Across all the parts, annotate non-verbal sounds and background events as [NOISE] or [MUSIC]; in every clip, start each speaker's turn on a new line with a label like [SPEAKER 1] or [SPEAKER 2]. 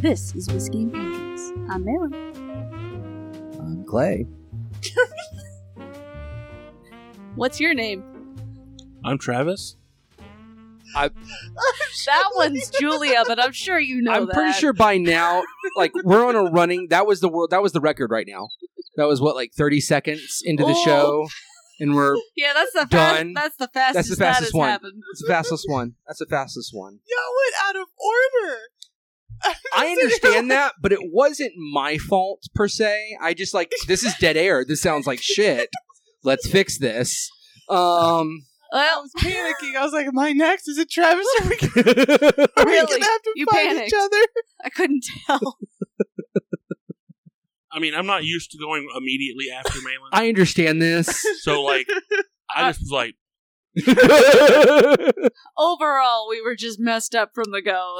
[SPEAKER 1] This is Whiskey and Pancakes. I'm Malin.
[SPEAKER 2] I'm Clay.
[SPEAKER 1] [LAUGHS] What's your name?
[SPEAKER 3] I'm Travis.
[SPEAKER 1] That one's Julia, but I'm sure you know
[SPEAKER 4] I'm
[SPEAKER 1] that.
[SPEAKER 4] pretty sure by now, like we're
[SPEAKER 1] [LAUGHS]
[SPEAKER 4] on a running. That was the world. That was the record right now. That was what like 30 seconds into the
[SPEAKER 1] Oh.
[SPEAKER 4] show, and we're
[SPEAKER 1] Yeah, that's the fast,
[SPEAKER 4] Done.
[SPEAKER 1] that's the fastest
[SPEAKER 4] That's the
[SPEAKER 1] that has
[SPEAKER 4] fastest one.
[SPEAKER 1] happened.
[SPEAKER 4] it's the fastest one. That's the fastest
[SPEAKER 1] [LAUGHS]
[SPEAKER 4] one.
[SPEAKER 5] Y'all went out of order.
[SPEAKER 4] I understand that, but it wasn't my fault per se. I just like this is dead air. This sounds like shit. Let's fix this. Um,
[SPEAKER 5] I
[SPEAKER 4] [LAUGHS]
[SPEAKER 1] Well,
[SPEAKER 5] was panicking. I was like, "Am I next? Is it Travis? Are we, gonna- are we
[SPEAKER 1] really,
[SPEAKER 5] gonna have to
[SPEAKER 1] you
[SPEAKER 5] fight
[SPEAKER 1] panicked.
[SPEAKER 5] each other?"
[SPEAKER 1] I couldn't tell.
[SPEAKER 3] I mean, I'm not used to going immediately
[SPEAKER 4] [LAUGHS]
[SPEAKER 3] after Malin,
[SPEAKER 4] I understand this. [LAUGHS]
[SPEAKER 3] so like, I just was like,
[SPEAKER 1] Overall, we were just messed up from the go.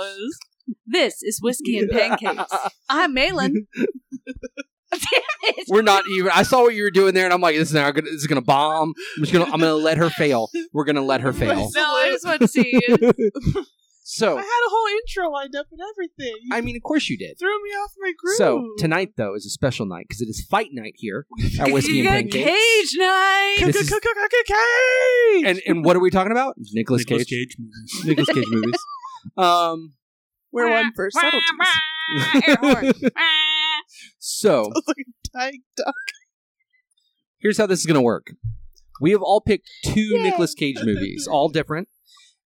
[SPEAKER 1] This is Whiskey and Pancakes. I'm
[SPEAKER 4] [LAUGHS]
[SPEAKER 1] Malin. Damn it.
[SPEAKER 4] We're not even. I saw what you were doing there, and I'm like, this is not gonna. This is gonna bomb. I'm just gonna. I'm gonna let her fail. We're gonna
[SPEAKER 1] [LAUGHS]
[SPEAKER 4] let her fail.
[SPEAKER 1] No, I just want to see you.
[SPEAKER 5] I
[SPEAKER 4] So
[SPEAKER 5] had a whole intro lined up and everything. You
[SPEAKER 4] I mean, of course you did.
[SPEAKER 5] threw me off my groove.
[SPEAKER 4] So tonight though is a special night because it is fight night
[SPEAKER 1] [LAUGHS]
[SPEAKER 4] here at Whiskey
[SPEAKER 1] you got
[SPEAKER 4] and Pancakes.
[SPEAKER 1] cage night.
[SPEAKER 4] This is-
[SPEAKER 5] Cage.
[SPEAKER 4] And and what are we talking about? Nicholas
[SPEAKER 3] Nicolas
[SPEAKER 4] Cage.
[SPEAKER 3] Cage movies.
[SPEAKER 4] Nicholas Cage movies. [LAUGHS]
[SPEAKER 1] [LAUGHS]
[SPEAKER 4] Um,
[SPEAKER 5] we're one for subtleties.
[SPEAKER 1] Air
[SPEAKER 4] [LAUGHS]
[SPEAKER 1] horn.
[SPEAKER 4] so
[SPEAKER 5] Sounds like a dying dog.
[SPEAKER 4] here's how this is going to work. We have all picked two
[SPEAKER 5] Yay.
[SPEAKER 4] Nicolas Cage movies, all different,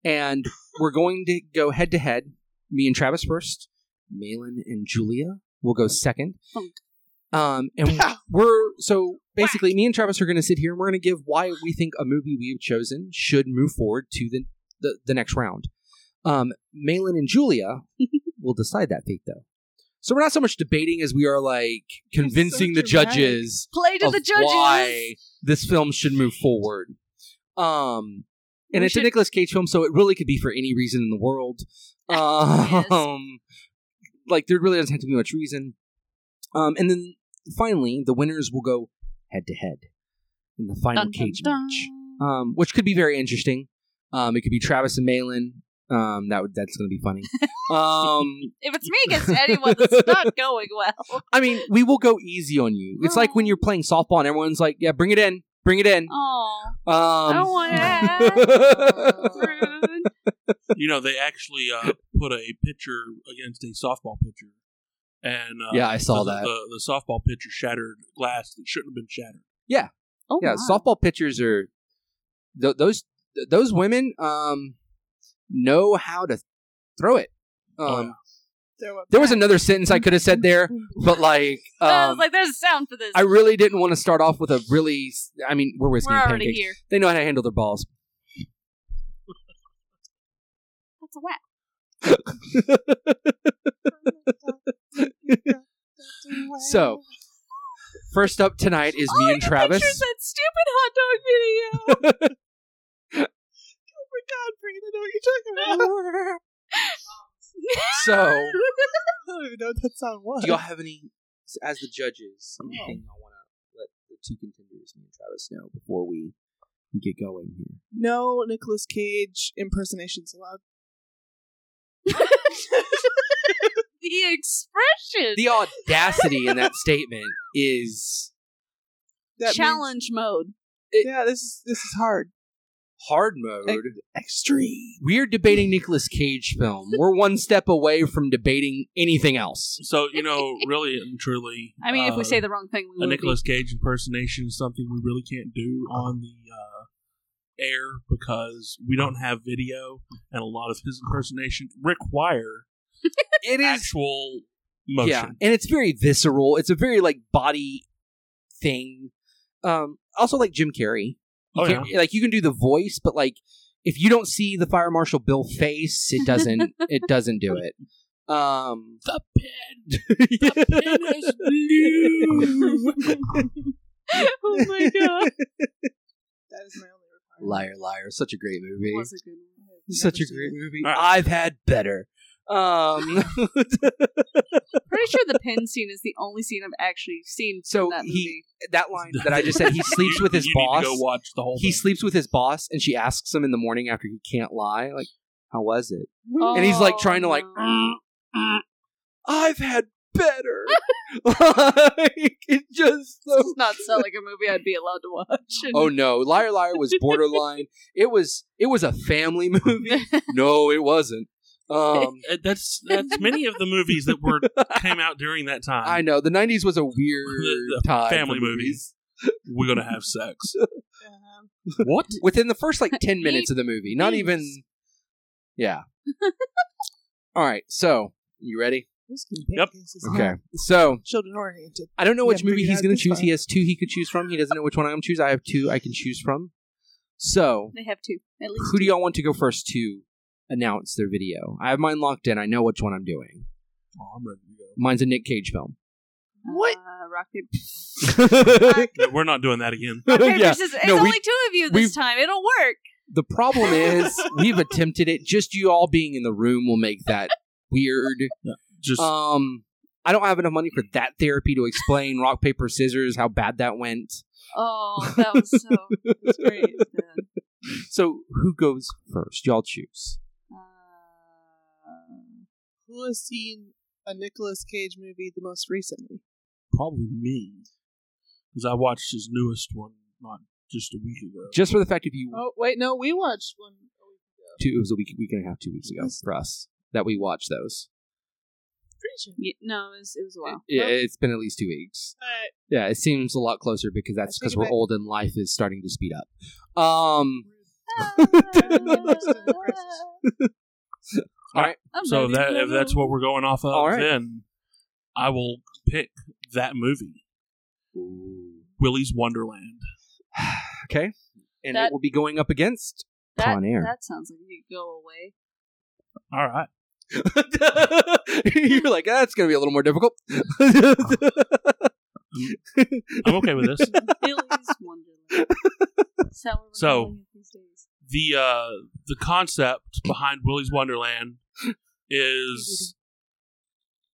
[SPEAKER 4] and we're going to go head to head. Me and Travis first. Malin and Julia will go second.
[SPEAKER 1] Bonk.
[SPEAKER 4] Um, and
[SPEAKER 5] Pow.
[SPEAKER 4] we're so basically, me and Travis are going to sit here and we're going to give why we think a movie we have chosen should move forward to the the, the next round. Um, Malin and
[SPEAKER 1] [LAUGHS]
[SPEAKER 4] Julia will decide that fate, though. So we're not so much debating as we are like convincing the
[SPEAKER 5] dramatic.
[SPEAKER 4] judges
[SPEAKER 1] Play to
[SPEAKER 4] of
[SPEAKER 1] the judges.
[SPEAKER 4] why this film should move forward. Um, and
[SPEAKER 1] We
[SPEAKER 4] it's
[SPEAKER 1] should-
[SPEAKER 4] a Nicolas Cage film, so it really could be for any reason in the world.
[SPEAKER 1] [LAUGHS] Yes.
[SPEAKER 4] Um, like there really doesn't have to be much reason. Um, and then finally, the winners will go head to head in the final
[SPEAKER 1] Dun, dun,
[SPEAKER 4] cage
[SPEAKER 1] dun.
[SPEAKER 4] match, um, which could be very interesting. Um, it could be Travis and Malin. Um, that would that's going to be
[SPEAKER 1] [LAUGHS]
[SPEAKER 4] funny. Um,
[SPEAKER 1] If it's me against anyone, that's
[SPEAKER 4] [LAUGHS]
[SPEAKER 1] not going well.
[SPEAKER 4] I mean, we will go easy on you. It's like when you're playing softball and everyone's like, "Yeah, bring it in, bring it in."
[SPEAKER 1] Oh,
[SPEAKER 4] Um,
[SPEAKER 1] I don't want
[SPEAKER 4] [LAUGHS]
[SPEAKER 1] to. Rude.
[SPEAKER 3] you know, they actually uh, put a pitcher against a softball pitcher, and uh,
[SPEAKER 4] Yeah, I saw
[SPEAKER 3] the,
[SPEAKER 4] that.
[SPEAKER 3] The, the softball pitcher shattered glass that shouldn't have been shattered.
[SPEAKER 1] Oh,
[SPEAKER 4] yeah,
[SPEAKER 1] my.
[SPEAKER 4] softball pitchers are th- those th- those women um, know how to throw it. Um,
[SPEAKER 3] Oh, yeah.
[SPEAKER 5] Throw up
[SPEAKER 4] There was another sentence I could have said there,
[SPEAKER 1] [LAUGHS]
[SPEAKER 4] but like,
[SPEAKER 1] So Oh, I was
[SPEAKER 4] um,
[SPEAKER 1] like, there's a sound for this.
[SPEAKER 4] I really didn't want to start off with a really. s- I mean, we're whiskey
[SPEAKER 1] We're
[SPEAKER 4] and
[SPEAKER 1] already
[SPEAKER 4] pancakes.
[SPEAKER 1] here.
[SPEAKER 4] They know how to handle their balls.
[SPEAKER 1] That's a whack.
[SPEAKER 5] Oh
[SPEAKER 4] So- First up tonight is
[SPEAKER 1] oh,
[SPEAKER 4] me
[SPEAKER 1] I
[SPEAKER 4] and
[SPEAKER 1] can
[SPEAKER 4] Travis.
[SPEAKER 1] picture that stupid hot dog video.
[SPEAKER 5] Oh my god, Brandon, I know what you're [LAUGHS] talking
[SPEAKER 4] [LAUGHS]
[SPEAKER 5] about.
[SPEAKER 4] So,
[SPEAKER 5] I don't even know what that song was.
[SPEAKER 4] do y'all have any as the judges?
[SPEAKER 1] Oh.
[SPEAKER 4] Anything y'all want to let the two contenders, me and Travis, know before we we get going here?
[SPEAKER 5] no Nicolas Cage impersonations allowed.
[SPEAKER 1] [LAUGHS] the expression.
[SPEAKER 4] the audacity in that statement is
[SPEAKER 5] That means-
[SPEAKER 1] Challenge mode.
[SPEAKER 5] yeah, this is this is hard.
[SPEAKER 4] hard mode.
[SPEAKER 5] Extreme.
[SPEAKER 4] We're debating Nicolas Cage film. We're one step away from debating anything else.
[SPEAKER 3] So you know, really and truly,
[SPEAKER 1] [LAUGHS] I mean, if we
[SPEAKER 3] uh,
[SPEAKER 1] say the wrong thing, we
[SPEAKER 3] a
[SPEAKER 1] will be. [LAUGHS]
[SPEAKER 3] Nicolas Cage impersonation is something we really can't do on the uh, air because we don't have video, and a lot of his impersonations require
[SPEAKER 4] It is
[SPEAKER 3] actual motion.
[SPEAKER 4] yeah,
[SPEAKER 3] [LAUGHS]
[SPEAKER 4] and it's very visceral. It's a very like body thing. Um, also like Jim Carrey. You
[SPEAKER 3] Oh,
[SPEAKER 4] can't- Like you can do the voice, but like if you don't see the fire marshal Bill face, it doesn't. it doesn't do it. Um,
[SPEAKER 3] The
[SPEAKER 4] [LAUGHS]
[SPEAKER 3] pen, the pen is blue.
[SPEAKER 1] oh my
[SPEAKER 4] [LAUGHS]
[SPEAKER 1] god,
[SPEAKER 5] That is my only requirement.
[SPEAKER 4] liar, liar! Such a great movie.
[SPEAKER 1] was a good one.
[SPEAKER 4] Such
[SPEAKER 5] Never
[SPEAKER 4] a
[SPEAKER 5] seen
[SPEAKER 4] great
[SPEAKER 5] it.
[SPEAKER 4] movie.
[SPEAKER 3] All right.
[SPEAKER 4] I've had better. [LAUGHS] Um,
[SPEAKER 1] Pretty sure the pin scene is the only scene I've actually seen
[SPEAKER 4] So
[SPEAKER 1] from that
[SPEAKER 4] he-
[SPEAKER 1] movie.
[SPEAKER 4] that line that I just said,
[SPEAKER 3] [LAUGHS]
[SPEAKER 4] [LAUGHS] he sleeps with his
[SPEAKER 3] you
[SPEAKER 4] boss.
[SPEAKER 3] Need to go watch the whole.
[SPEAKER 4] He
[SPEAKER 3] thing.
[SPEAKER 4] sleeps with his boss, and she asks him in the morning after he can't lie, like, "How was it?"
[SPEAKER 1] Oh,
[SPEAKER 4] And he's like trying to like,
[SPEAKER 1] no.
[SPEAKER 4] I've had better. [LAUGHS] like, it's just so.
[SPEAKER 1] It's not sound like a movie I'd be allowed to watch. And-
[SPEAKER 4] [LAUGHS] Oh no, Liar Liar was borderline. it was it was a family [LAUGHS] movie. No, it wasn't. [LAUGHS] Um,
[SPEAKER 3] Uh, That's that's many of the movies that were came out during that time.
[SPEAKER 4] I know the '90s was a [LAUGHS] weird
[SPEAKER 3] The-
[SPEAKER 4] time. for
[SPEAKER 3] family We're gonna have sex.
[SPEAKER 4] [LAUGHS]
[SPEAKER 3] Oh,
[SPEAKER 1] Um,
[SPEAKER 3] What?
[SPEAKER 4] Within the first like ten minutes of the movie, not even.
[SPEAKER 1] Please.
[SPEAKER 4] Yeah. All right, so you ready?
[SPEAKER 3] Yep.
[SPEAKER 5] Uh-huh.
[SPEAKER 4] Okay, so
[SPEAKER 5] Children oriented.
[SPEAKER 4] I don't know
[SPEAKER 5] Yeah,
[SPEAKER 4] which movie
[SPEAKER 5] figure it
[SPEAKER 4] he's
[SPEAKER 5] out
[SPEAKER 4] going to
[SPEAKER 5] this
[SPEAKER 4] choose.
[SPEAKER 5] time.
[SPEAKER 4] He has two he could choose from. He doesn't know which one I'm going to choose. I have two I can choose from. So,
[SPEAKER 1] [LAUGHS] they have two, at least.
[SPEAKER 4] who do y'all want to go first to announce their video? I have mine locked in. I know which one I'm doing.
[SPEAKER 3] Oh, I'm ready to
[SPEAKER 4] Mine's a Nick Cage film.
[SPEAKER 5] What?
[SPEAKER 1] Uh, rock paper.
[SPEAKER 3] go. We're not doing that again.
[SPEAKER 4] [LAUGHS]
[SPEAKER 1] Rock, paper,
[SPEAKER 4] Yeah.
[SPEAKER 1] scissors. It's
[SPEAKER 4] No, we-
[SPEAKER 1] only two of you
[SPEAKER 4] we've-
[SPEAKER 1] this time. It'll work.
[SPEAKER 4] The problem is we've attempted it. Just you all being in the room will make that weird.
[SPEAKER 3] Just
[SPEAKER 4] Um, I don't have enough money for that therapy to explain rock paper scissors how bad that went.
[SPEAKER 1] Oh, that was so that was great. man.
[SPEAKER 4] So who goes first? Y'all choose.
[SPEAKER 1] Uh,
[SPEAKER 5] Who has seen a Nicolas Cage movie the most recently?
[SPEAKER 3] probably me, because I watched his newest one not just a week ago.
[SPEAKER 4] Just for the fact if you
[SPEAKER 5] Oh wait, no, we watched one.
[SPEAKER 4] two, it was a week, week and a half, two weeks ago for us that we watched those.
[SPEAKER 5] Pretty sure.
[SPEAKER 1] yeah, no, it was, it was a
[SPEAKER 4] [LAUGHS]
[SPEAKER 1] while.
[SPEAKER 4] Yeah, it's been at least two weeks.
[SPEAKER 5] But
[SPEAKER 4] Yeah, it seems a lot closer because that's
[SPEAKER 5] I think
[SPEAKER 4] because we're
[SPEAKER 5] about-
[SPEAKER 4] old and life is starting to speed up. Um,
[SPEAKER 5] [LAUGHS]
[SPEAKER 1] I'm
[SPEAKER 3] So
[SPEAKER 1] ready.
[SPEAKER 3] that if that's what we're going off of,
[SPEAKER 4] All right.
[SPEAKER 3] then I will pick that movie, Willy's Wonderland.
[SPEAKER 4] okay, and
[SPEAKER 1] That-
[SPEAKER 4] it will be going up against [LAUGHS]
[SPEAKER 1] that,
[SPEAKER 4] Con Air.
[SPEAKER 1] that sounds like you could go away.
[SPEAKER 3] All right,
[SPEAKER 4] You're like, that's gonna be a little more difficult.
[SPEAKER 3] I'm okay with this.
[SPEAKER 1] Billy's
[SPEAKER 3] [LAUGHS]
[SPEAKER 1] Wonderland. Is that what we're
[SPEAKER 3] So-
[SPEAKER 1] calling it these days?
[SPEAKER 3] the uh the concept behind Willy's Wonderland is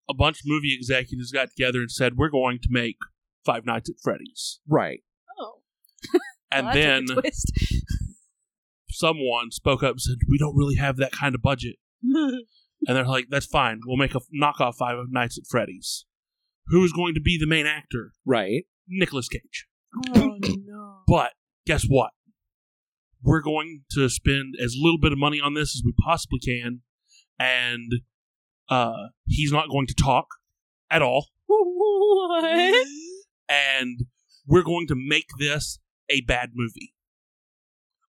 [SPEAKER 3] a bunch of movie executives got together and said we're going to make Five Nights at Freddy's,
[SPEAKER 4] right.
[SPEAKER 5] oh,
[SPEAKER 3] and
[SPEAKER 1] Well, that
[SPEAKER 3] then
[SPEAKER 1] took a twist. [LAUGHS]
[SPEAKER 3] someone spoke up and said we don't really have that kind of budget, and they're like that's fine, we'll make a f- knockoff Five Nights at Freddy's. Who is going to be the main actor?
[SPEAKER 4] Right.
[SPEAKER 3] Nicolas Cage.
[SPEAKER 5] oh no.
[SPEAKER 3] But guess what? We're going to spend as little bit of money on this as we possibly can, and uh, he's not going to talk at all.
[SPEAKER 1] what?
[SPEAKER 3] And we're going to make this a bad movie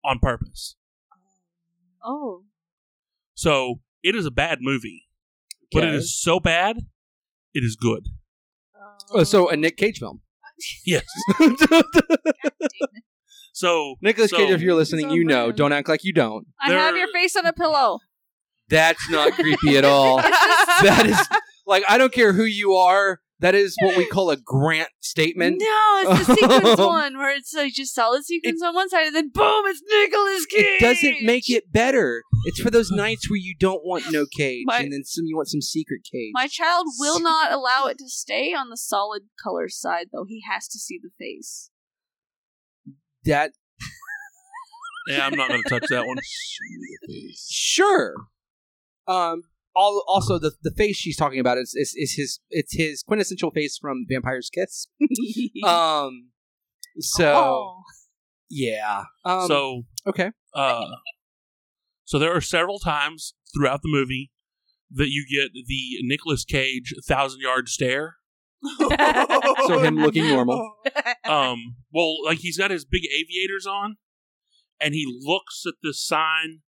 [SPEAKER 3] on purpose.
[SPEAKER 1] Oh,
[SPEAKER 3] So it is a bad movie, but it
[SPEAKER 4] [LAUGHS] Okay.
[SPEAKER 3] is so bad, it is good.
[SPEAKER 1] Um,
[SPEAKER 4] Uh, so a Nick Cage film. [LAUGHS]
[SPEAKER 3] Yes. So
[SPEAKER 4] Nicholas
[SPEAKER 3] so
[SPEAKER 4] Cage, if you're listening,
[SPEAKER 5] So
[SPEAKER 4] you know.
[SPEAKER 5] rude.
[SPEAKER 4] Don't act like you don't.
[SPEAKER 1] I have
[SPEAKER 3] There-
[SPEAKER 1] your face on a
[SPEAKER 4] [LAUGHS]
[SPEAKER 1] pillow. [LAUGHS]
[SPEAKER 4] That's not creepy at all. [LAUGHS] that is like I don't care who you are. That is what we call a grant statement.
[SPEAKER 1] no, it's the
[SPEAKER 4] [LAUGHS]
[SPEAKER 1] sequence one where it's like just solid sequence on one side and then boom, it's Nicolas Cage.
[SPEAKER 4] It doesn't make it better. It's for those nights where you don't want no cage,
[SPEAKER 1] My-
[SPEAKER 4] and then some you want some secret cage.
[SPEAKER 1] My child will not allow it to stay on the solid color side, though. He has to see the face.
[SPEAKER 4] that
[SPEAKER 3] yeah, I'm not going to touch that one.
[SPEAKER 4] sure. Um. All, also, the the face she's talking about is, is is his it's his quintessential face from Vampire's Kiss. Um. So
[SPEAKER 1] Mm-hmm. [LAUGHS] Oh.
[SPEAKER 4] yeah. Um,
[SPEAKER 3] so
[SPEAKER 4] okay.
[SPEAKER 3] Uh, so there are several times throughout the movie that you get the Nicolas Cage thousand yard stare.
[SPEAKER 4] So him looking normal. Uh-huh.
[SPEAKER 3] Um, well, like he's got his big aviators on, and he looks at this sign,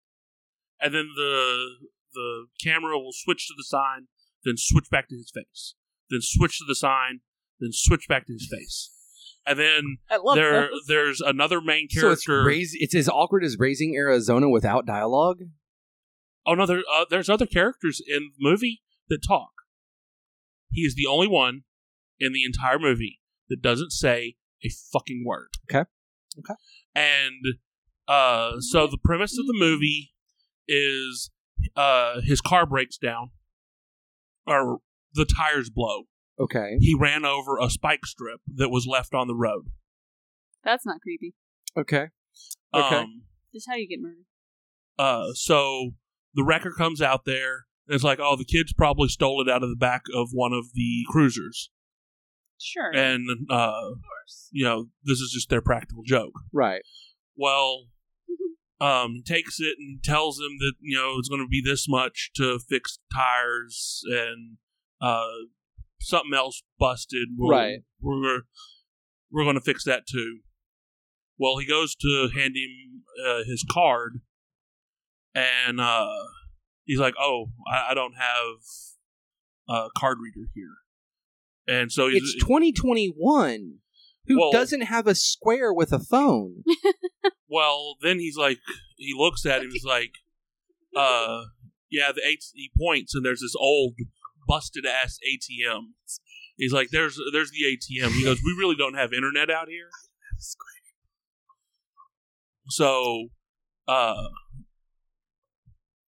[SPEAKER 3] and then the the camera will switch to the sign, then switch back to his face, then switch to the sign, then switch back to his face, and then
[SPEAKER 5] [LAUGHS] I love
[SPEAKER 3] there there's another main
[SPEAKER 4] So it's,
[SPEAKER 3] character.
[SPEAKER 4] rais- it's as awkward as raising Arizona without dialogue.
[SPEAKER 3] Oh no, there, uh, there's other characters in the movie that talk. He is the only one in the entire movie that doesn't say a fucking word.
[SPEAKER 4] Okay. Okay.
[SPEAKER 3] And uh, so the premise of the movie is uh, his car breaks down, or the tires blow.
[SPEAKER 4] Okay.
[SPEAKER 3] He ran over a spike strip that was left on the road.
[SPEAKER 1] That's not creepy.
[SPEAKER 4] Okay. Okay.
[SPEAKER 3] Um,
[SPEAKER 1] Just how you get murdered.
[SPEAKER 3] Uh, so the wrecker comes out there And it's like, oh, the kids probably stole it out of the back of one of the cruisers,
[SPEAKER 1] Sure.
[SPEAKER 3] and uh,
[SPEAKER 1] of course.
[SPEAKER 3] you know, this is just their practical joke.
[SPEAKER 4] Right. [LAUGHS]
[SPEAKER 3] Well, um, he takes it and tells him that you know it's going to be this much to fix tires and uh, something else busted. We'll-
[SPEAKER 4] Right.
[SPEAKER 3] We're we're going to fix that too. Well, he goes to hand him uh, his card, and uh, he's like, "Oh, I, I don't have a card reader here." And so he's,
[SPEAKER 4] It's 2021. Who
[SPEAKER 3] Well-
[SPEAKER 4] doesn't have a square with a phone?
[SPEAKER 3] Well, then he's like, he looks at him, he's like, uh, yeah, the eight, he points, and there's this old busted ass ATM. He's like, there's there's the ATM. He goes, we really don't have internet out here. So, uh,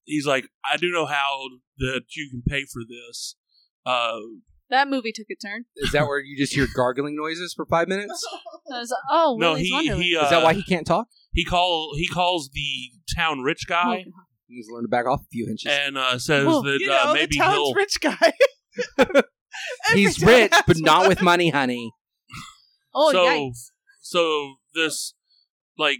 [SPEAKER 3] he's like, I do know how that you can pay for this. Uh,
[SPEAKER 1] That movie took a turn.
[SPEAKER 4] Is that where you just hear gargling noises for five minutes?
[SPEAKER 1] I was like, oh,
[SPEAKER 3] no,
[SPEAKER 1] Willy's
[SPEAKER 3] he
[SPEAKER 1] Wonderland.
[SPEAKER 3] he uh,
[SPEAKER 4] Is that why he can't talk?
[SPEAKER 3] he call he calls the town rich
[SPEAKER 1] Oh,
[SPEAKER 3] guy.
[SPEAKER 1] God.
[SPEAKER 4] He's learned to back off a few inches.
[SPEAKER 3] and uh, says
[SPEAKER 1] Well,
[SPEAKER 3] that
[SPEAKER 5] you
[SPEAKER 3] uh,
[SPEAKER 5] know,
[SPEAKER 3] maybe
[SPEAKER 5] the town's
[SPEAKER 3] he'll
[SPEAKER 5] rich guy. [LAUGHS] Every
[SPEAKER 4] He's
[SPEAKER 5] town
[SPEAKER 4] rich,
[SPEAKER 5] has
[SPEAKER 4] but not
[SPEAKER 5] one.
[SPEAKER 4] with money, honey.
[SPEAKER 1] Oh,
[SPEAKER 3] so
[SPEAKER 1] yikes.
[SPEAKER 3] so this like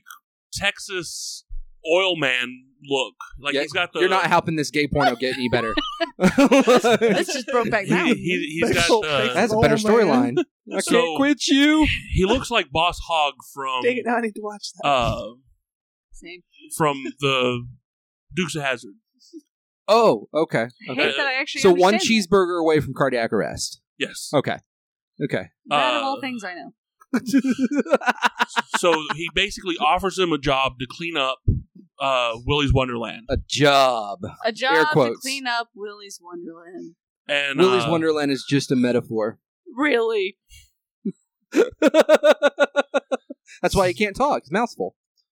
[SPEAKER 3] Texas oil man look like
[SPEAKER 4] Yeah,
[SPEAKER 3] he's got the
[SPEAKER 4] You're not helping this gay porno get any better.
[SPEAKER 1] This just broke back
[SPEAKER 3] [LAUGHS] he,
[SPEAKER 1] down.
[SPEAKER 3] he, has
[SPEAKER 4] [LAUGHS]
[SPEAKER 3] got
[SPEAKER 5] Thankful-
[SPEAKER 3] the,
[SPEAKER 4] That's a better
[SPEAKER 5] Oh,
[SPEAKER 4] storyline.
[SPEAKER 5] man.
[SPEAKER 4] I
[SPEAKER 3] So-
[SPEAKER 4] quit you.
[SPEAKER 3] he looks like Boss Hogg from
[SPEAKER 5] Dang it, now I need to watch that.
[SPEAKER 3] uh
[SPEAKER 1] Same.
[SPEAKER 3] from the Dukes of Hazard.
[SPEAKER 4] Oh, okay.
[SPEAKER 1] I
[SPEAKER 3] Okay.
[SPEAKER 1] hate that I actually
[SPEAKER 4] So one
[SPEAKER 1] understand
[SPEAKER 4] cheeseburger away from cardiac arrest.
[SPEAKER 3] Yes.
[SPEAKER 4] Okay. [LAUGHS] Okay.
[SPEAKER 1] That, that of
[SPEAKER 3] uh,
[SPEAKER 1] all things I know.
[SPEAKER 3] so he basically offers him a job to clean up uh Willy's Wonderland
[SPEAKER 4] A job.
[SPEAKER 1] A
[SPEAKER 4] air
[SPEAKER 1] job to
[SPEAKER 4] quotes.
[SPEAKER 1] clean up Willy's Wonderland.
[SPEAKER 3] and
[SPEAKER 4] Willy's
[SPEAKER 3] uh,
[SPEAKER 4] Wonderland is just a [LAUGHS] metaphor.
[SPEAKER 1] Really?
[SPEAKER 4] That's why he can't talk. His mouth's full.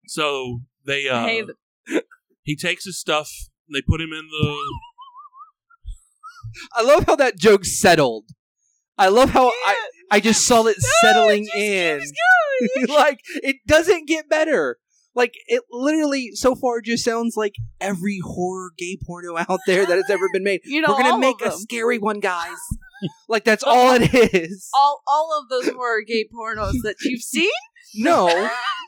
[SPEAKER 3] So they uh
[SPEAKER 1] hey, th-
[SPEAKER 3] he takes his stuff. They put him in the
[SPEAKER 4] I love how that joke settled. I love how I, I just saw it settling in. [LAUGHS] like it doesn't get better. Like it literally so far just sounds like every horror gay porno out there that has ever
[SPEAKER 1] [LAUGHS]
[SPEAKER 4] been made.
[SPEAKER 1] you know,
[SPEAKER 4] We're gonna
[SPEAKER 1] all
[SPEAKER 4] make
[SPEAKER 1] of
[SPEAKER 4] a
[SPEAKER 1] them.
[SPEAKER 4] scary one, guys. like that's all it is.
[SPEAKER 1] all all of those horror gay pornos that
[SPEAKER 4] [LAUGHS]
[SPEAKER 1] you've seen. [LAUGHS]
[SPEAKER 4] No,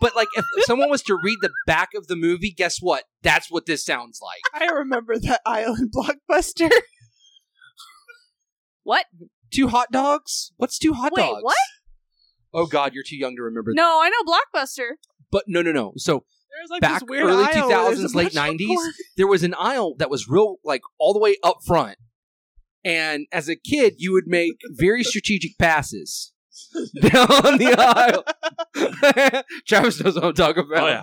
[SPEAKER 4] but like if someone was to read the back of the movie, guess what? That's what this sounds like.
[SPEAKER 5] I remember that island [LAUGHS] blockbuster.
[SPEAKER 1] What?
[SPEAKER 4] Two hot dogs? What's two hot
[SPEAKER 1] Wait,
[SPEAKER 4] dogs?
[SPEAKER 1] what?
[SPEAKER 4] Oh God, you're too young to remember. that.
[SPEAKER 1] No, I know Blockbuster.
[SPEAKER 4] But no, no, no. So
[SPEAKER 5] There's like
[SPEAKER 4] Back
[SPEAKER 5] this weird
[SPEAKER 4] early
[SPEAKER 5] aisle where there's
[SPEAKER 4] 2000s,
[SPEAKER 5] a
[SPEAKER 4] late
[SPEAKER 5] bunch of
[SPEAKER 4] 90s.
[SPEAKER 5] porn.
[SPEAKER 4] there was an aisle that was real like all the way up front and as a kid you would make very strategic passes [LAUGHS] down the aisle [LAUGHS] travis knows what i'm talking
[SPEAKER 3] oh
[SPEAKER 4] about
[SPEAKER 3] yeah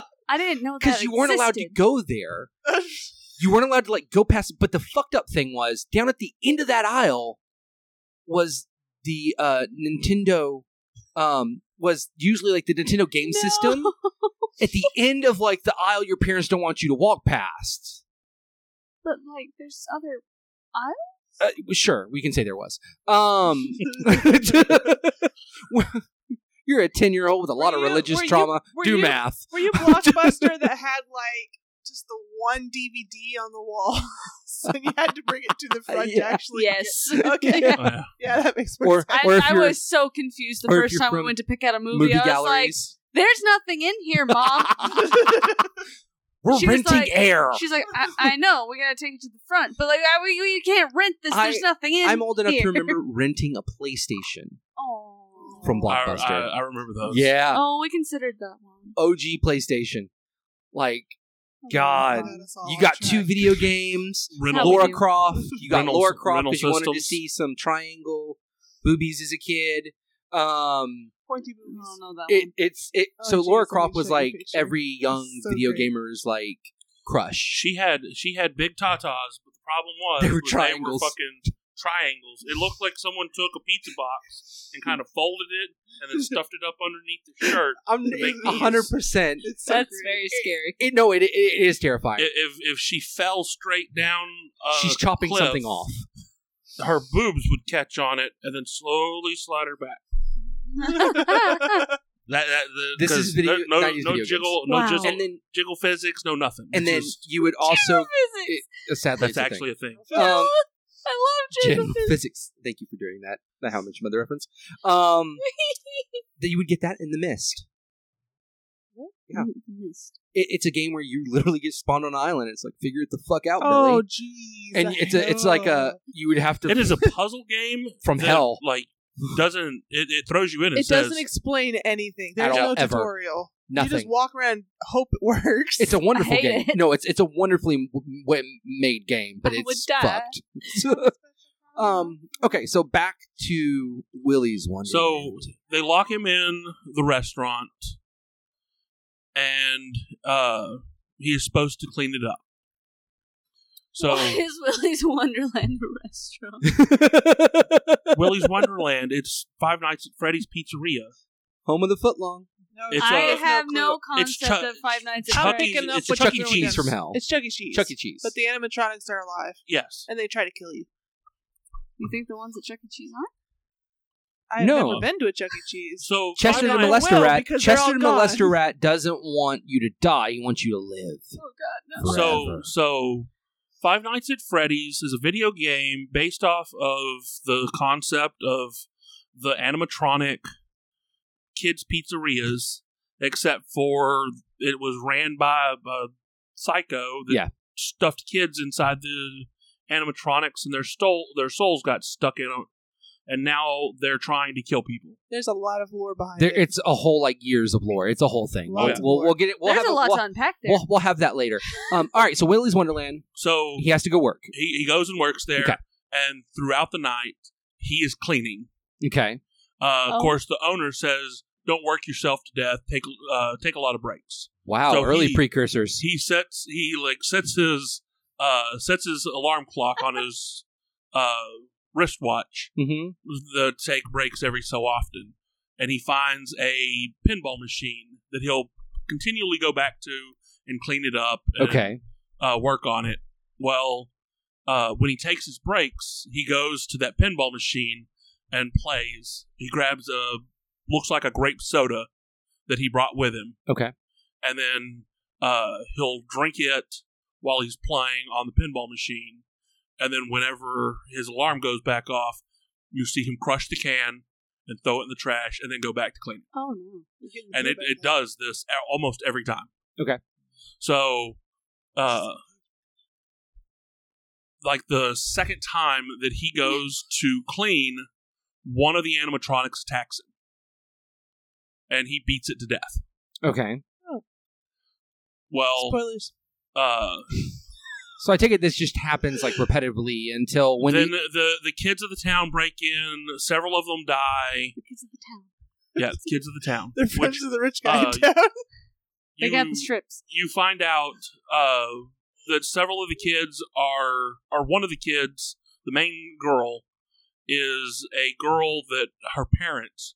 [SPEAKER 3] [LAUGHS]
[SPEAKER 1] I didn't know that
[SPEAKER 4] because you weren't allowed to
[SPEAKER 1] existed.
[SPEAKER 4] go
[SPEAKER 1] [LAUGHS]
[SPEAKER 4] there you weren't allowed to like go past but the fucked up thing was down at the end of that aisle was the uh nintendo um was usually like the nintendo game
[SPEAKER 1] No. [LAUGHS]
[SPEAKER 4] system at the end of like the aisle your parents don't want you to walk past
[SPEAKER 1] But like, there's other.
[SPEAKER 4] Uh, sure, we can say there was. Um, [LAUGHS] you're a ten year old with a lot of
[SPEAKER 5] Were you-
[SPEAKER 4] religious
[SPEAKER 5] were you-
[SPEAKER 4] trauma.
[SPEAKER 5] were
[SPEAKER 4] Do
[SPEAKER 5] you-
[SPEAKER 4] math.
[SPEAKER 5] Were
[SPEAKER 4] [LAUGHS]
[SPEAKER 5] you Blockbuster that had like just the one DVD on the wall, [LAUGHS] so you had to bring it to
[SPEAKER 4] [LAUGHS]
[SPEAKER 5] the front
[SPEAKER 4] Uh, Yeah.
[SPEAKER 5] to actually?
[SPEAKER 1] Yes.
[SPEAKER 3] [LAUGHS]
[SPEAKER 5] Get, okay.
[SPEAKER 3] oh, yeah.
[SPEAKER 5] Yeah, that makes more
[SPEAKER 4] [LAUGHS] Or,
[SPEAKER 5] sense.
[SPEAKER 1] I,
[SPEAKER 4] or if
[SPEAKER 1] I
[SPEAKER 4] you're
[SPEAKER 1] was so confused the
[SPEAKER 4] or if
[SPEAKER 1] first
[SPEAKER 4] you're
[SPEAKER 1] time we
[SPEAKER 4] from
[SPEAKER 1] went to pick out a movie.
[SPEAKER 4] movie
[SPEAKER 1] I was like,
[SPEAKER 4] galleries,
[SPEAKER 1] "There's nothing in here, mom."
[SPEAKER 4] [LAUGHS]
[SPEAKER 1] she
[SPEAKER 4] we're
[SPEAKER 1] was
[SPEAKER 4] renting
[SPEAKER 1] like-
[SPEAKER 4] air.
[SPEAKER 1] She's like, "I, I know we gotta take it to the front, but like, I, we, we can't rent this.
[SPEAKER 4] I-
[SPEAKER 1] There's nothing in."
[SPEAKER 4] I'm old enough
[SPEAKER 1] here.
[SPEAKER 4] to remember renting a PlayStation
[SPEAKER 1] Oh.
[SPEAKER 4] from
[SPEAKER 3] I,
[SPEAKER 4] Blockbuster.
[SPEAKER 3] I, I remember those.
[SPEAKER 4] yeah,
[SPEAKER 1] Oh, we considered that one.
[SPEAKER 4] OG PlayStation. Like
[SPEAKER 1] Oh,
[SPEAKER 4] God.
[SPEAKER 1] God.
[SPEAKER 5] That's all
[SPEAKER 4] you
[SPEAKER 5] on
[SPEAKER 4] got
[SPEAKER 5] track.
[SPEAKER 4] two video games.
[SPEAKER 1] How
[SPEAKER 3] Rental.
[SPEAKER 1] we
[SPEAKER 4] Laura
[SPEAKER 1] do.
[SPEAKER 4] Croft. You got
[SPEAKER 3] Reynolds-
[SPEAKER 4] Laura Croft
[SPEAKER 3] Reynolds
[SPEAKER 4] because you wanted to
[SPEAKER 3] systems.
[SPEAKER 4] see some triangle boobies as a kid. Um,
[SPEAKER 5] pointy
[SPEAKER 1] I don't
[SPEAKER 5] movies.
[SPEAKER 1] know that
[SPEAKER 4] [LAUGHS] it, it's it.
[SPEAKER 5] Oh,
[SPEAKER 4] so
[SPEAKER 5] geez,
[SPEAKER 4] Laura
[SPEAKER 5] let me
[SPEAKER 4] Croft was
[SPEAKER 5] show you a
[SPEAKER 4] like
[SPEAKER 5] picture.
[SPEAKER 4] every young
[SPEAKER 5] So
[SPEAKER 4] video
[SPEAKER 5] great.
[SPEAKER 4] gamer's like crush.
[SPEAKER 3] She had she had big tatas, but the problem was
[SPEAKER 4] They were
[SPEAKER 3] was
[SPEAKER 4] triangles.
[SPEAKER 3] fucking triangles. It looked like someone took a pizza box and kind of folded it and then stuffed it up underneath the shirt.
[SPEAKER 4] [LAUGHS] I'm
[SPEAKER 3] Make
[SPEAKER 4] a hundred
[SPEAKER 3] these.
[SPEAKER 4] percent.
[SPEAKER 5] It's so
[SPEAKER 1] one. That's
[SPEAKER 5] great.
[SPEAKER 1] very scary.
[SPEAKER 4] It, no, it, it it is terrifying.
[SPEAKER 3] I- If if she fell straight down, uh,
[SPEAKER 4] She's chopping
[SPEAKER 3] cliff,
[SPEAKER 4] something off.
[SPEAKER 3] Her
[SPEAKER 1] [LAUGHS]
[SPEAKER 3] boobs would catch on it and then slowly slide her back. That, that the,
[SPEAKER 4] This is
[SPEAKER 3] 'cause
[SPEAKER 4] video-
[SPEAKER 3] no, no,
[SPEAKER 4] 90s
[SPEAKER 3] no
[SPEAKER 4] video
[SPEAKER 3] jiggle,
[SPEAKER 1] games.
[SPEAKER 3] no
[SPEAKER 1] Wow.
[SPEAKER 3] jiggle,
[SPEAKER 4] and then
[SPEAKER 3] jiggle physics, no nothing.
[SPEAKER 4] and
[SPEAKER 3] It's
[SPEAKER 4] then
[SPEAKER 3] just-
[SPEAKER 4] you would also
[SPEAKER 3] [LAUGHS]
[SPEAKER 1] physics.
[SPEAKER 4] uh, sadly
[SPEAKER 3] that's
[SPEAKER 4] it's a thing.
[SPEAKER 3] actually a thing.
[SPEAKER 4] Um,
[SPEAKER 5] [LAUGHS]
[SPEAKER 1] I love
[SPEAKER 4] Gen
[SPEAKER 1] Jacob. [LAUGHS] physics.
[SPEAKER 4] physics. Thank you for doing that. The How Much Mother reference. Um, that you would get that in the mist. Yeah. It, it's a game where you [LAUGHS] literally get spawned on an island. It's like figure it the fuck out,
[SPEAKER 5] Oh,
[SPEAKER 4] Billy.
[SPEAKER 5] jeez.
[SPEAKER 4] And it's a, it's like a
[SPEAKER 5] [LAUGHS]
[SPEAKER 4] you would have to
[SPEAKER 3] It is
[SPEAKER 4] [LAUGHS]
[SPEAKER 3] a puzzle game
[SPEAKER 4] from
[SPEAKER 3] that,
[SPEAKER 4] hell.
[SPEAKER 3] Like doesn't it, it throws you in? And
[SPEAKER 5] It
[SPEAKER 3] says,
[SPEAKER 5] doesn't explain anything.
[SPEAKER 4] At
[SPEAKER 5] There's no
[SPEAKER 4] all, ever.
[SPEAKER 5] tutorial. You just
[SPEAKER 4] Nothing.
[SPEAKER 5] walk around, and hope it [LAUGHS] works.
[SPEAKER 4] It's a wonderful
[SPEAKER 1] hate
[SPEAKER 4] game.
[SPEAKER 1] it.
[SPEAKER 4] No, it's it's a wonderfully w- w- made game, but
[SPEAKER 1] I would
[SPEAKER 4] it's
[SPEAKER 1] die.
[SPEAKER 5] [LAUGHS]
[SPEAKER 4] fucked. [LAUGHS] um. Okay, so back to Willie's one.
[SPEAKER 3] So they lock him in the restaurant, and uh, he is supposed to clean it up. So
[SPEAKER 1] Why is Willie's [LAUGHS] Wonderland a restaurant?
[SPEAKER 3] Willie's Wonderland, it's Five Nights at Freddy's Pizzeria.
[SPEAKER 4] [LAUGHS] home of the footlong.
[SPEAKER 5] No,
[SPEAKER 3] It's
[SPEAKER 1] I
[SPEAKER 3] a-
[SPEAKER 1] have no
[SPEAKER 3] It's
[SPEAKER 1] concept
[SPEAKER 3] Chuck-
[SPEAKER 1] of Five Nights at
[SPEAKER 5] I'm
[SPEAKER 3] Chuck E.
[SPEAKER 1] Freddy's.
[SPEAKER 5] picking up
[SPEAKER 3] it's
[SPEAKER 5] what
[SPEAKER 3] Chuck E.
[SPEAKER 5] you're doing
[SPEAKER 3] Cheese
[SPEAKER 5] with
[SPEAKER 4] from
[SPEAKER 5] this.
[SPEAKER 4] hell.
[SPEAKER 5] It's Chuck E. Cheese.
[SPEAKER 4] Chuck E. Cheese.
[SPEAKER 5] But the animatronics are alive,
[SPEAKER 3] Yes,
[SPEAKER 5] and they try to kill you.
[SPEAKER 1] You think the ones at Chuck E. Cheese aren't?
[SPEAKER 5] I've
[SPEAKER 4] No.
[SPEAKER 5] never been to a Chuck E. Cheese.
[SPEAKER 3] so
[SPEAKER 4] Chester the
[SPEAKER 3] Five
[SPEAKER 5] Well,
[SPEAKER 3] Nights-
[SPEAKER 4] molester rat.
[SPEAKER 5] because they're
[SPEAKER 4] Chester
[SPEAKER 5] all
[SPEAKER 4] the
[SPEAKER 5] gone.
[SPEAKER 4] molester rat doesn't want you to die. He wants you to live.
[SPEAKER 1] Oh God,
[SPEAKER 2] Molester-
[SPEAKER 3] So
[SPEAKER 2] Forever.
[SPEAKER 3] so Five Nights at Freddy's is a video game based off of the concept of the animatronic kids pizzerias, except for it was ran by a, a psycho that
[SPEAKER 4] Yeah.
[SPEAKER 3] stuffed kids inside the animatronics, and their stole their souls got stuck in them, and now they're trying to kill people.
[SPEAKER 5] There's a lot of lore behind
[SPEAKER 4] There,
[SPEAKER 5] it.
[SPEAKER 4] it's a whole like years of lore. It's a whole thing.
[SPEAKER 5] Lots
[SPEAKER 4] We'll-
[SPEAKER 5] of
[SPEAKER 4] we'll,
[SPEAKER 5] lore.
[SPEAKER 4] we'll get it. We'll
[SPEAKER 1] there's
[SPEAKER 4] have
[SPEAKER 1] a lot
[SPEAKER 4] we'll,
[SPEAKER 1] to unpack there.
[SPEAKER 4] we'll, we'll have that later. Um, all right. So Willie's Wonderland.
[SPEAKER 3] So
[SPEAKER 4] He has to go work.
[SPEAKER 3] he, he goes and works there,
[SPEAKER 4] Okay.
[SPEAKER 3] and throughout the night he is cleaning.
[SPEAKER 4] Okay.
[SPEAKER 3] Uh,
[SPEAKER 1] Oh.
[SPEAKER 3] Of course, the owner says, "Don't work yourself to death. Take uh, take a lot of breaks."
[SPEAKER 4] Wow.
[SPEAKER 3] So
[SPEAKER 4] early
[SPEAKER 3] he-
[SPEAKER 4] precursors.
[SPEAKER 3] He sets he like sets his uh, sets his alarm clock on his [LAUGHS] uh, wristwatch
[SPEAKER 4] hmm
[SPEAKER 3] the take breaks every so often, and he finds a pinball machine that he'll continually go back to and clean it up. and,
[SPEAKER 4] Okay.
[SPEAKER 3] uh, work on it. Well, uh, when he takes his breaks, he goes to that pinball machine and plays. He grabs a looks like a grape soda that he brought with him.
[SPEAKER 4] Okay.
[SPEAKER 3] and then uh, he'll drink it while he's playing on the pinball machine. And then whenever his alarm goes back off, you see him crush the can and throw it in the trash, and then go back to clean it
[SPEAKER 1] oh no.
[SPEAKER 5] You can
[SPEAKER 3] and
[SPEAKER 5] do
[SPEAKER 3] it,
[SPEAKER 5] that
[SPEAKER 3] it
[SPEAKER 5] now.
[SPEAKER 3] does this a- almost every time.
[SPEAKER 4] Okay.
[SPEAKER 3] So, uh, like the second time that he goes to clean, one of the animatronics attacks him, and he beats it to death.
[SPEAKER 4] Okay.
[SPEAKER 3] Well,
[SPEAKER 5] Spoilers.
[SPEAKER 3] uh,
[SPEAKER 4] So I take it this just happens like repetitively until when
[SPEAKER 3] then
[SPEAKER 4] he-
[SPEAKER 3] the the kids of the town break in. Several of them die.
[SPEAKER 1] The kids of the town.
[SPEAKER 3] Yeah, the kids of the
[SPEAKER 4] [LAUGHS]
[SPEAKER 3] town.
[SPEAKER 5] They're friends
[SPEAKER 3] Which
[SPEAKER 5] of the rich guy
[SPEAKER 3] uh,
[SPEAKER 5] in town. [LAUGHS]
[SPEAKER 1] They
[SPEAKER 3] you-
[SPEAKER 1] got the strips.
[SPEAKER 3] you find out uh, that several of the kids are, or one of the kids, the main girl, is a girl that her parents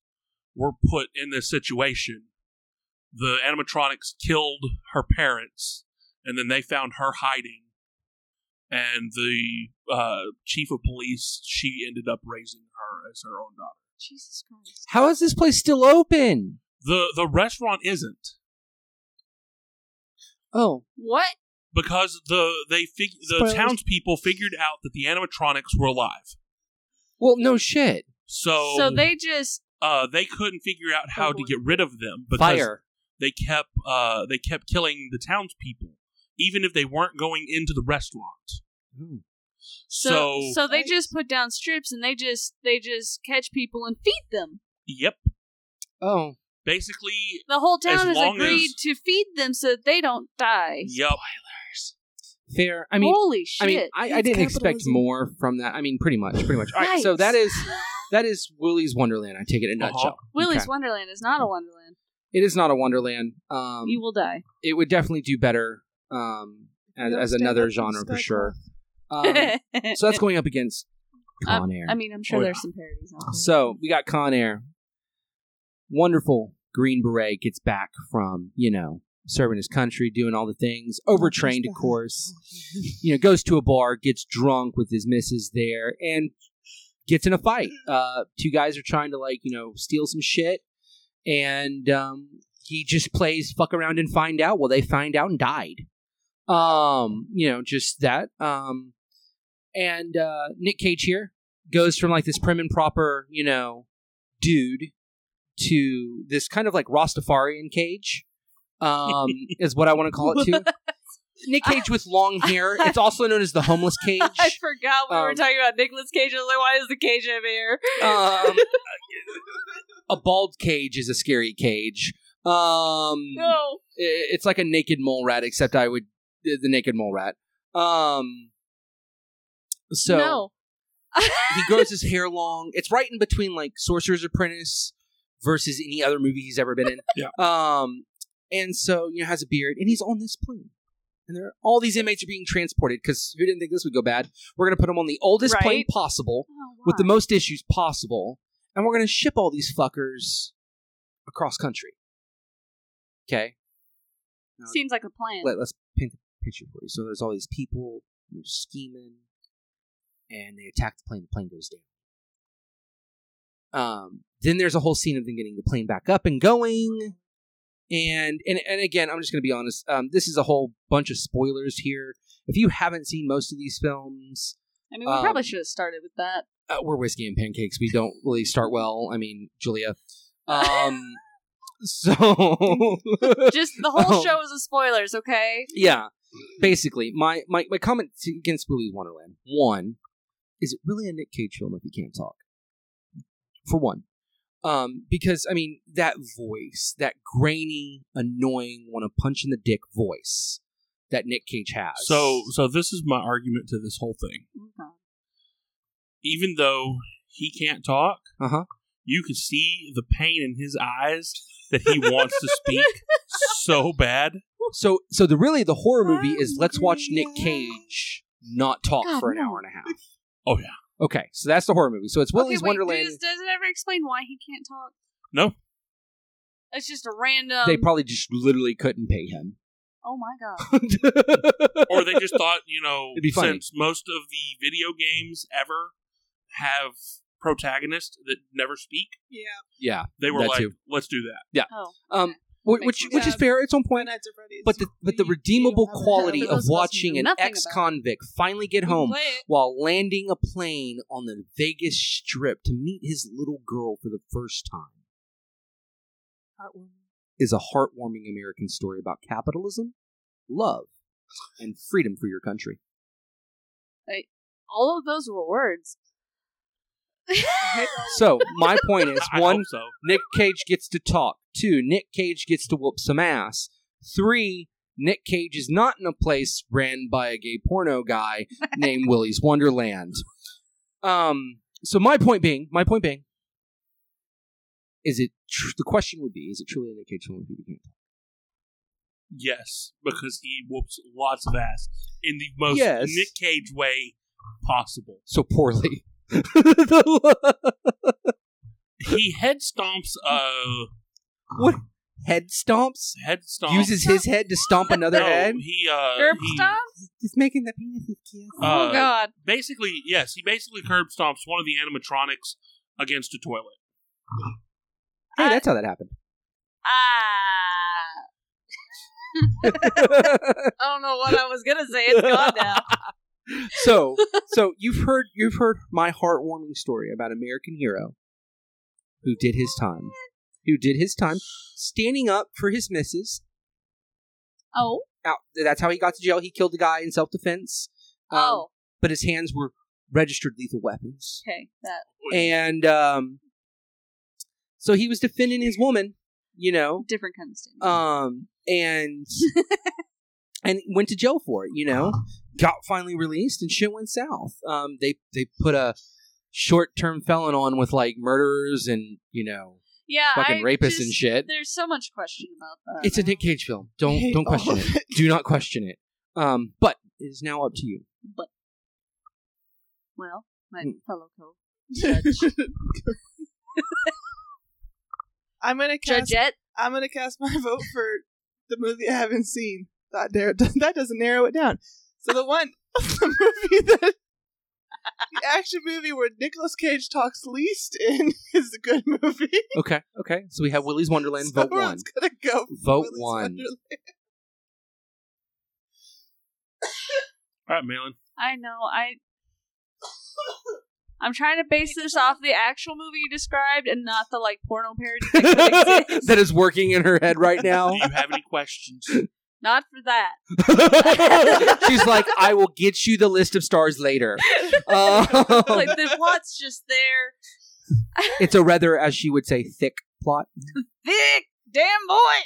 [SPEAKER 3] were put in this situation. The animatronics killed her parents, and then they found her hiding. And the uh, chief of police, she ended up raising her as her own daughter.
[SPEAKER 1] Jesus Christ.
[SPEAKER 4] how is this place still open?
[SPEAKER 3] The the restaurant isn't.
[SPEAKER 4] Oh,
[SPEAKER 1] What?
[SPEAKER 3] because the they fig- the
[SPEAKER 5] Spoilers.
[SPEAKER 3] townspeople figured out that the animatronics were alive.
[SPEAKER 4] well, no shit.
[SPEAKER 3] So,
[SPEAKER 1] so they just
[SPEAKER 3] uh, they couldn't figure out how
[SPEAKER 1] Oh,
[SPEAKER 3] to
[SPEAKER 1] boy.
[SPEAKER 3] get rid of them because
[SPEAKER 4] Fire.
[SPEAKER 3] they kept uh, they kept killing the townspeople, even if they weren't going into the restaurant.
[SPEAKER 4] Ooh.
[SPEAKER 1] so
[SPEAKER 3] So,
[SPEAKER 1] so they just put down strips and they just they just catch people and feed them.
[SPEAKER 3] yep,
[SPEAKER 4] Oh,
[SPEAKER 3] basically
[SPEAKER 1] The whole town
[SPEAKER 3] As
[SPEAKER 1] has
[SPEAKER 3] long
[SPEAKER 1] agreed
[SPEAKER 3] as-
[SPEAKER 1] to feed them so that they don't die.
[SPEAKER 3] yep.
[SPEAKER 4] fair. I mean,
[SPEAKER 1] Holy shit.
[SPEAKER 4] I mean, I, I
[SPEAKER 5] It's
[SPEAKER 4] didn't expect
[SPEAKER 5] capitalism.
[SPEAKER 4] more from that. I mean, pretty much,
[SPEAKER 5] [LAUGHS]
[SPEAKER 4] pretty much. All right, so
[SPEAKER 1] Yikes.
[SPEAKER 4] that is
[SPEAKER 1] [LAUGHS]
[SPEAKER 4] that is Willie's Wonderland. I take it in a
[SPEAKER 3] Uh-huh.
[SPEAKER 4] nutshell.
[SPEAKER 1] Willie's
[SPEAKER 4] Okay.
[SPEAKER 1] Wonderland is not a Wonderland.
[SPEAKER 4] It is not a Wonderland. Um,
[SPEAKER 1] you will die.
[SPEAKER 4] it would definitely do better um, as,
[SPEAKER 5] Don't
[SPEAKER 4] as
[SPEAKER 5] stand up
[SPEAKER 4] another
[SPEAKER 5] and
[SPEAKER 4] genre for
[SPEAKER 5] strike
[SPEAKER 4] sure.
[SPEAKER 1] [LAUGHS]
[SPEAKER 4] Um,
[SPEAKER 5] [LAUGHS]
[SPEAKER 4] so that's going up against
[SPEAKER 5] Uh,
[SPEAKER 4] Con Air.
[SPEAKER 1] I mean, I'm sure
[SPEAKER 3] Oh, yeah.
[SPEAKER 1] there's some parodies out there.
[SPEAKER 4] So we got Con Air. Wonderful Green Beret gets back from, you know, serving his country, doing all the things, overtrained, of course. You know, goes to a bar, gets drunk with his missus there, and gets in a fight. Uh, two guys are trying to, like, you know, steal some shit. and um, he just plays fuck around and find out. Well, they find out and died. Um, you know, just that. Um, and uh, Nick Cage here goes from like this prim and proper, you know, dude to this kind of like Rastafarian Cage.
[SPEAKER 1] [LAUGHS]
[SPEAKER 4] Um, is what I want to call it too. Nick Cage
[SPEAKER 1] [LAUGHS]
[SPEAKER 4] with long hair. It's also known as the homeless
[SPEAKER 1] [LAUGHS]
[SPEAKER 4] cage.
[SPEAKER 1] I forgot we were
[SPEAKER 4] Um,
[SPEAKER 1] talking about Nicolas Cage. I was like, why is the cage over here?
[SPEAKER 4] [LAUGHS] Um, a bald cage is a scary cage. Um,
[SPEAKER 1] No.
[SPEAKER 4] i- it's like a naked mole rat, except I would the the naked mole rat. Um, so
[SPEAKER 1] no.
[SPEAKER 4] he grows his hair long. It's right in between like Sorcerer's Apprentice versus any other movie he's ever been in.
[SPEAKER 3] Yeah.
[SPEAKER 4] Um, and so you know has a beard, and he's on this plane, and there all these inmates are being transported because who didn't think this would go bad? We're gonna put them on the oldest plane
[SPEAKER 1] Right.
[SPEAKER 4] possible
[SPEAKER 1] Oh,
[SPEAKER 4] with the most issues possible, and we're gonna ship all these fuckers across country. Okay,
[SPEAKER 1] Seems like a plan.
[SPEAKER 4] let, us paint the picture for you. So there's all these people they're scheming, and they attack the plane. The plane goes down. Um, then there's a whole scene of them getting the plane back up and going, and and and again, I'm just gonna be honest. Um, this is a whole bunch of spoilers here. If you haven't seen most of these films,
[SPEAKER 1] I mean, we
[SPEAKER 4] um,
[SPEAKER 1] probably should have started with that.
[SPEAKER 4] uh, we're whiskey and pancakes. We don't really start well. I mean, Julia. Um, so [LAUGHS]
[SPEAKER 1] Just the whole
[SPEAKER 4] oh.
[SPEAKER 1] show is a spoilers, okay?
[SPEAKER 4] yeah basically my my, my comment to- against willy's wonderland one is it really a nick cage film if he can't talk for one um because i mean that voice that grainy annoying want to punch in the dick voice that nick cage has
[SPEAKER 3] So, so this is my argument to this whole thing. Even though he can't talk,
[SPEAKER 4] uh-huh
[SPEAKER 3] you can see the pain in his eyes that he wants to speak
[SPEAKER 1] [LAUGHS]
[SPEAKER 3] so bad.
[SPEAKER 4] so so the really the horror movie is let's watch nick cage not talk
[SPEAKER 1] God,
[SPEAKER 4] for an
[SPEAKER 1] no.
[SPEAKER 4] hour and a half
[SPEAKER 3] Oh, yeah.
[SPEAKER 4] okay so that's the horror movie so it's willy's
[SPEAKER 1] okay, wait,
[SPEAKER 4] wonderland
[SPEAKER 1] Does, does it ever explain why he can't talk?
[SPEAKER 3] No.
[SPEAKER 1] It's just a random.
[SPEAKER 4] they probably just literally couldn't pay
[SPEAKER 3] [LAUGHS]
[SPEAKER 4] him
[SPEAKER 1] oh my god.
[SPEAKER 3] Or they just thought, you know,
[SPEAKER 4] It'd be funny.
[SPEAKER 3] since most of the video games ever have protagonists that never speak,
[SPEAKER 5] Yeah,
[SPEAKER 4] yeah
[SPEAKER 3] they were
[SPEAKER 4] That
[SPEAKER 3] like,
[SPEAKER 4] too.
[SPEAKER 3] let's do that.
[SPEAKER 1] Oh.
[SPEAKER 4] Um,
[SPEAKER 1] Makes
[SPEAKER 4] Wh- which
[SPEAKER 1] sense.
[SPEAKER 4] which is
[SPEAKER 5] Yeah.
[SPEAKER 4] fair. It's on
[SPEAKER 5] Four
[SPEAKER 4] point.
[SPEAKER 5] Nights at Freddy's.
[SPEAKER 4] But the but the
[SPEAKER 5] You- you
[SPEAKER 4] redeemable
[SPEAKER 5] don't have a
[SPEAKER 4] quality
[SPEAKER 5] job.
[SPEAKER 1] For
[SPEAKER 4] of
[SPEAKER 1] those of us who
[SPEAKER 4] watching
[SPEAKER 1] know
[SPEAKER 4] an
[SPEAKER 1] nothing about it.
[SPEAKER 4] ex-convict finally get home
[SPEAKER 1] Play it.
[SPEAKER 4] while landing a plane on the Vegas Strip to meet his little girl for the first time is a heartwarming American story about capitalism, love, and freedom for your country.
[SPEAKER 1] All of those were words. [LAUGHS]
[SPEAKER 3] Uh,
[SPEAKER 4] So my point is
[SPEAKER 3] [LAUGHS] I
[SPEAKER 4] one
[SPEAKER 3] hope so.
[SPEAKER 4] Nick Cage gets to talk. Two, Nick Cage gets to whoop some ass. Three, Nick Cage is not in a place ran by a gay porno [LAUGHS] guy named Willy's Wonderland. Um. So my point being, my point being, is it tr- the question would be, is it truly a Nick Cage film if he can't?
[SPEAKER 3] Yes, because he whoops lots of ass in the most
[SPEAKER 4] Yes.
[SPEAKER 3] Nick Cage way possible.
[SPEAKER 4] So poorly. [LAUGHS]
[SPEAKER 3] He head stomps, uh,
[SPEAKER 4] what head stomps?
[SPEAKER 3] head stomps.
[SPEAKER 4] Uses his head to stomp another
[SPEAKER 3] [LAUGHS] No,
[SPEAKER 4] head.
[SPEAKER 3] He, uh,
[SPEAKER 1] Curb
[SPEAKER 3] he-
[SPEAKER 1] stop?
[SPEAKER 4] He's making the penis kiss.
[SPEAKER 1] oh
[SPEAKER 3] Uh,
[SPEAKER 1] god.
[SPEAKER 3] basically, yes, he basically curb stomps one of the animatronics against a toilet.
[SPEAKER 4] Hey,
[SPEAKER 1] I-
[SPEAKER 4] that's how that happened.
[SPEAKER 1] Ah.
[SPEAKER 4] [LAUGHS]
[SPEAKER 1] I don't know what I was gonna say. It's gone now.
[SPEAKER 4] so so you've heard you've heard my heartwarming story about American hero who did his time. Who did his time standing up for his missus.
[SPEAKER 1] Oh.
[SPEAKER 4] Out that's how he got to jail. He killed a guy in self defense.
[SPEAKER 1] oh.
[SPEAKER 4] But his hands were registered lethal weapons.
[SPEAKER 1] Okay. That.
[SPEAKER 4] And um so he was defending his woman, you know.
[SPEAKER 1] Different kind of statement.
[SPEAKER 4] Um and and went to jail for it, you know. Got finally released and shit went south. Um they they put a short term felon on with like murderers and, you know,
[SPEAKER 1] yeah.
[SPEAKER 4] fucking
[SPEAKER 1] I
[SPEAKER 4] rapists
[SPEAKER 1] just-
[SPEAKER 4] and shit.
[SPEAKER 1] There's so much question about that.
[SPEAKER 4] It's a Nick Cage film. Don't
[SPEAKER 5] hate
[SPEAKER 4] don't
[SPEAKER 5] all
[SPEAKER 4] question
[SPEAKER 5] of
[SPEAKER 4] it. Do not question it. Um but it is now up to you.
[SPEAKER 1] Well, my
[SPEAKER 4] Mm.
[SPEAKER 1] fellow co judge,
[SPEAKER 5] [LAUGHS] I'm gonna cast.
[SPEAKER 1] judgeette.
[SPEAKER 5] I'm gonna cast my [LAUGHS] vote for the movie I haven't seen. [LAUGHS] That, dar- that doesn't narrow it down. So the one, the movie that [LAUGHS] the action movie where Nicolas Cage talks least in [LAUGHS] is a good movie.
[SPEAKER 4] Okay, okay. So we have Willy's
[SPEAKER 5] [LAUGHS]
[SPEAKER 4] Wonderland,
[SPEAKER 5] so
[SPEAKER 4] vote
[SPEAKER 5] we're
[SPEAKER 4] one.
[SPEAKER 5] just gonna go for
[SPEAKER 4] Vote
[SPEAKER 5] Willy's
[SPEAKER 4] one.
[SPEAKER 5] Wonderland.
[SPEAKER 3] All right, Malin.
[SPEAKER 1] I know. I I'm trying to base this off the actual movie you described and not the like porno parody [LAUGHS]
[SPEAKER 4] [LAUGHS]
[SPEAKER 1] that could exist.
[SPEAKER 4] that is working in her head right
[SPEAKER 3] [LAUGHS]
[SPEAKER 4] now.
[SPEAKER 3] Do you have
[SPEAKER 4] [LAUGHS]
[SPEAKER 3] any questions?
[SPEAKER 1] Not for that.
[SPEAKER 4] She's like, I will get you the list of stars later. Um,
[SPEAKER 1] Like the plot's just there.
[SPEAKER 4] it's a rather, as she would say, thick plot.
[SPEAKER 1] Thick damn boy.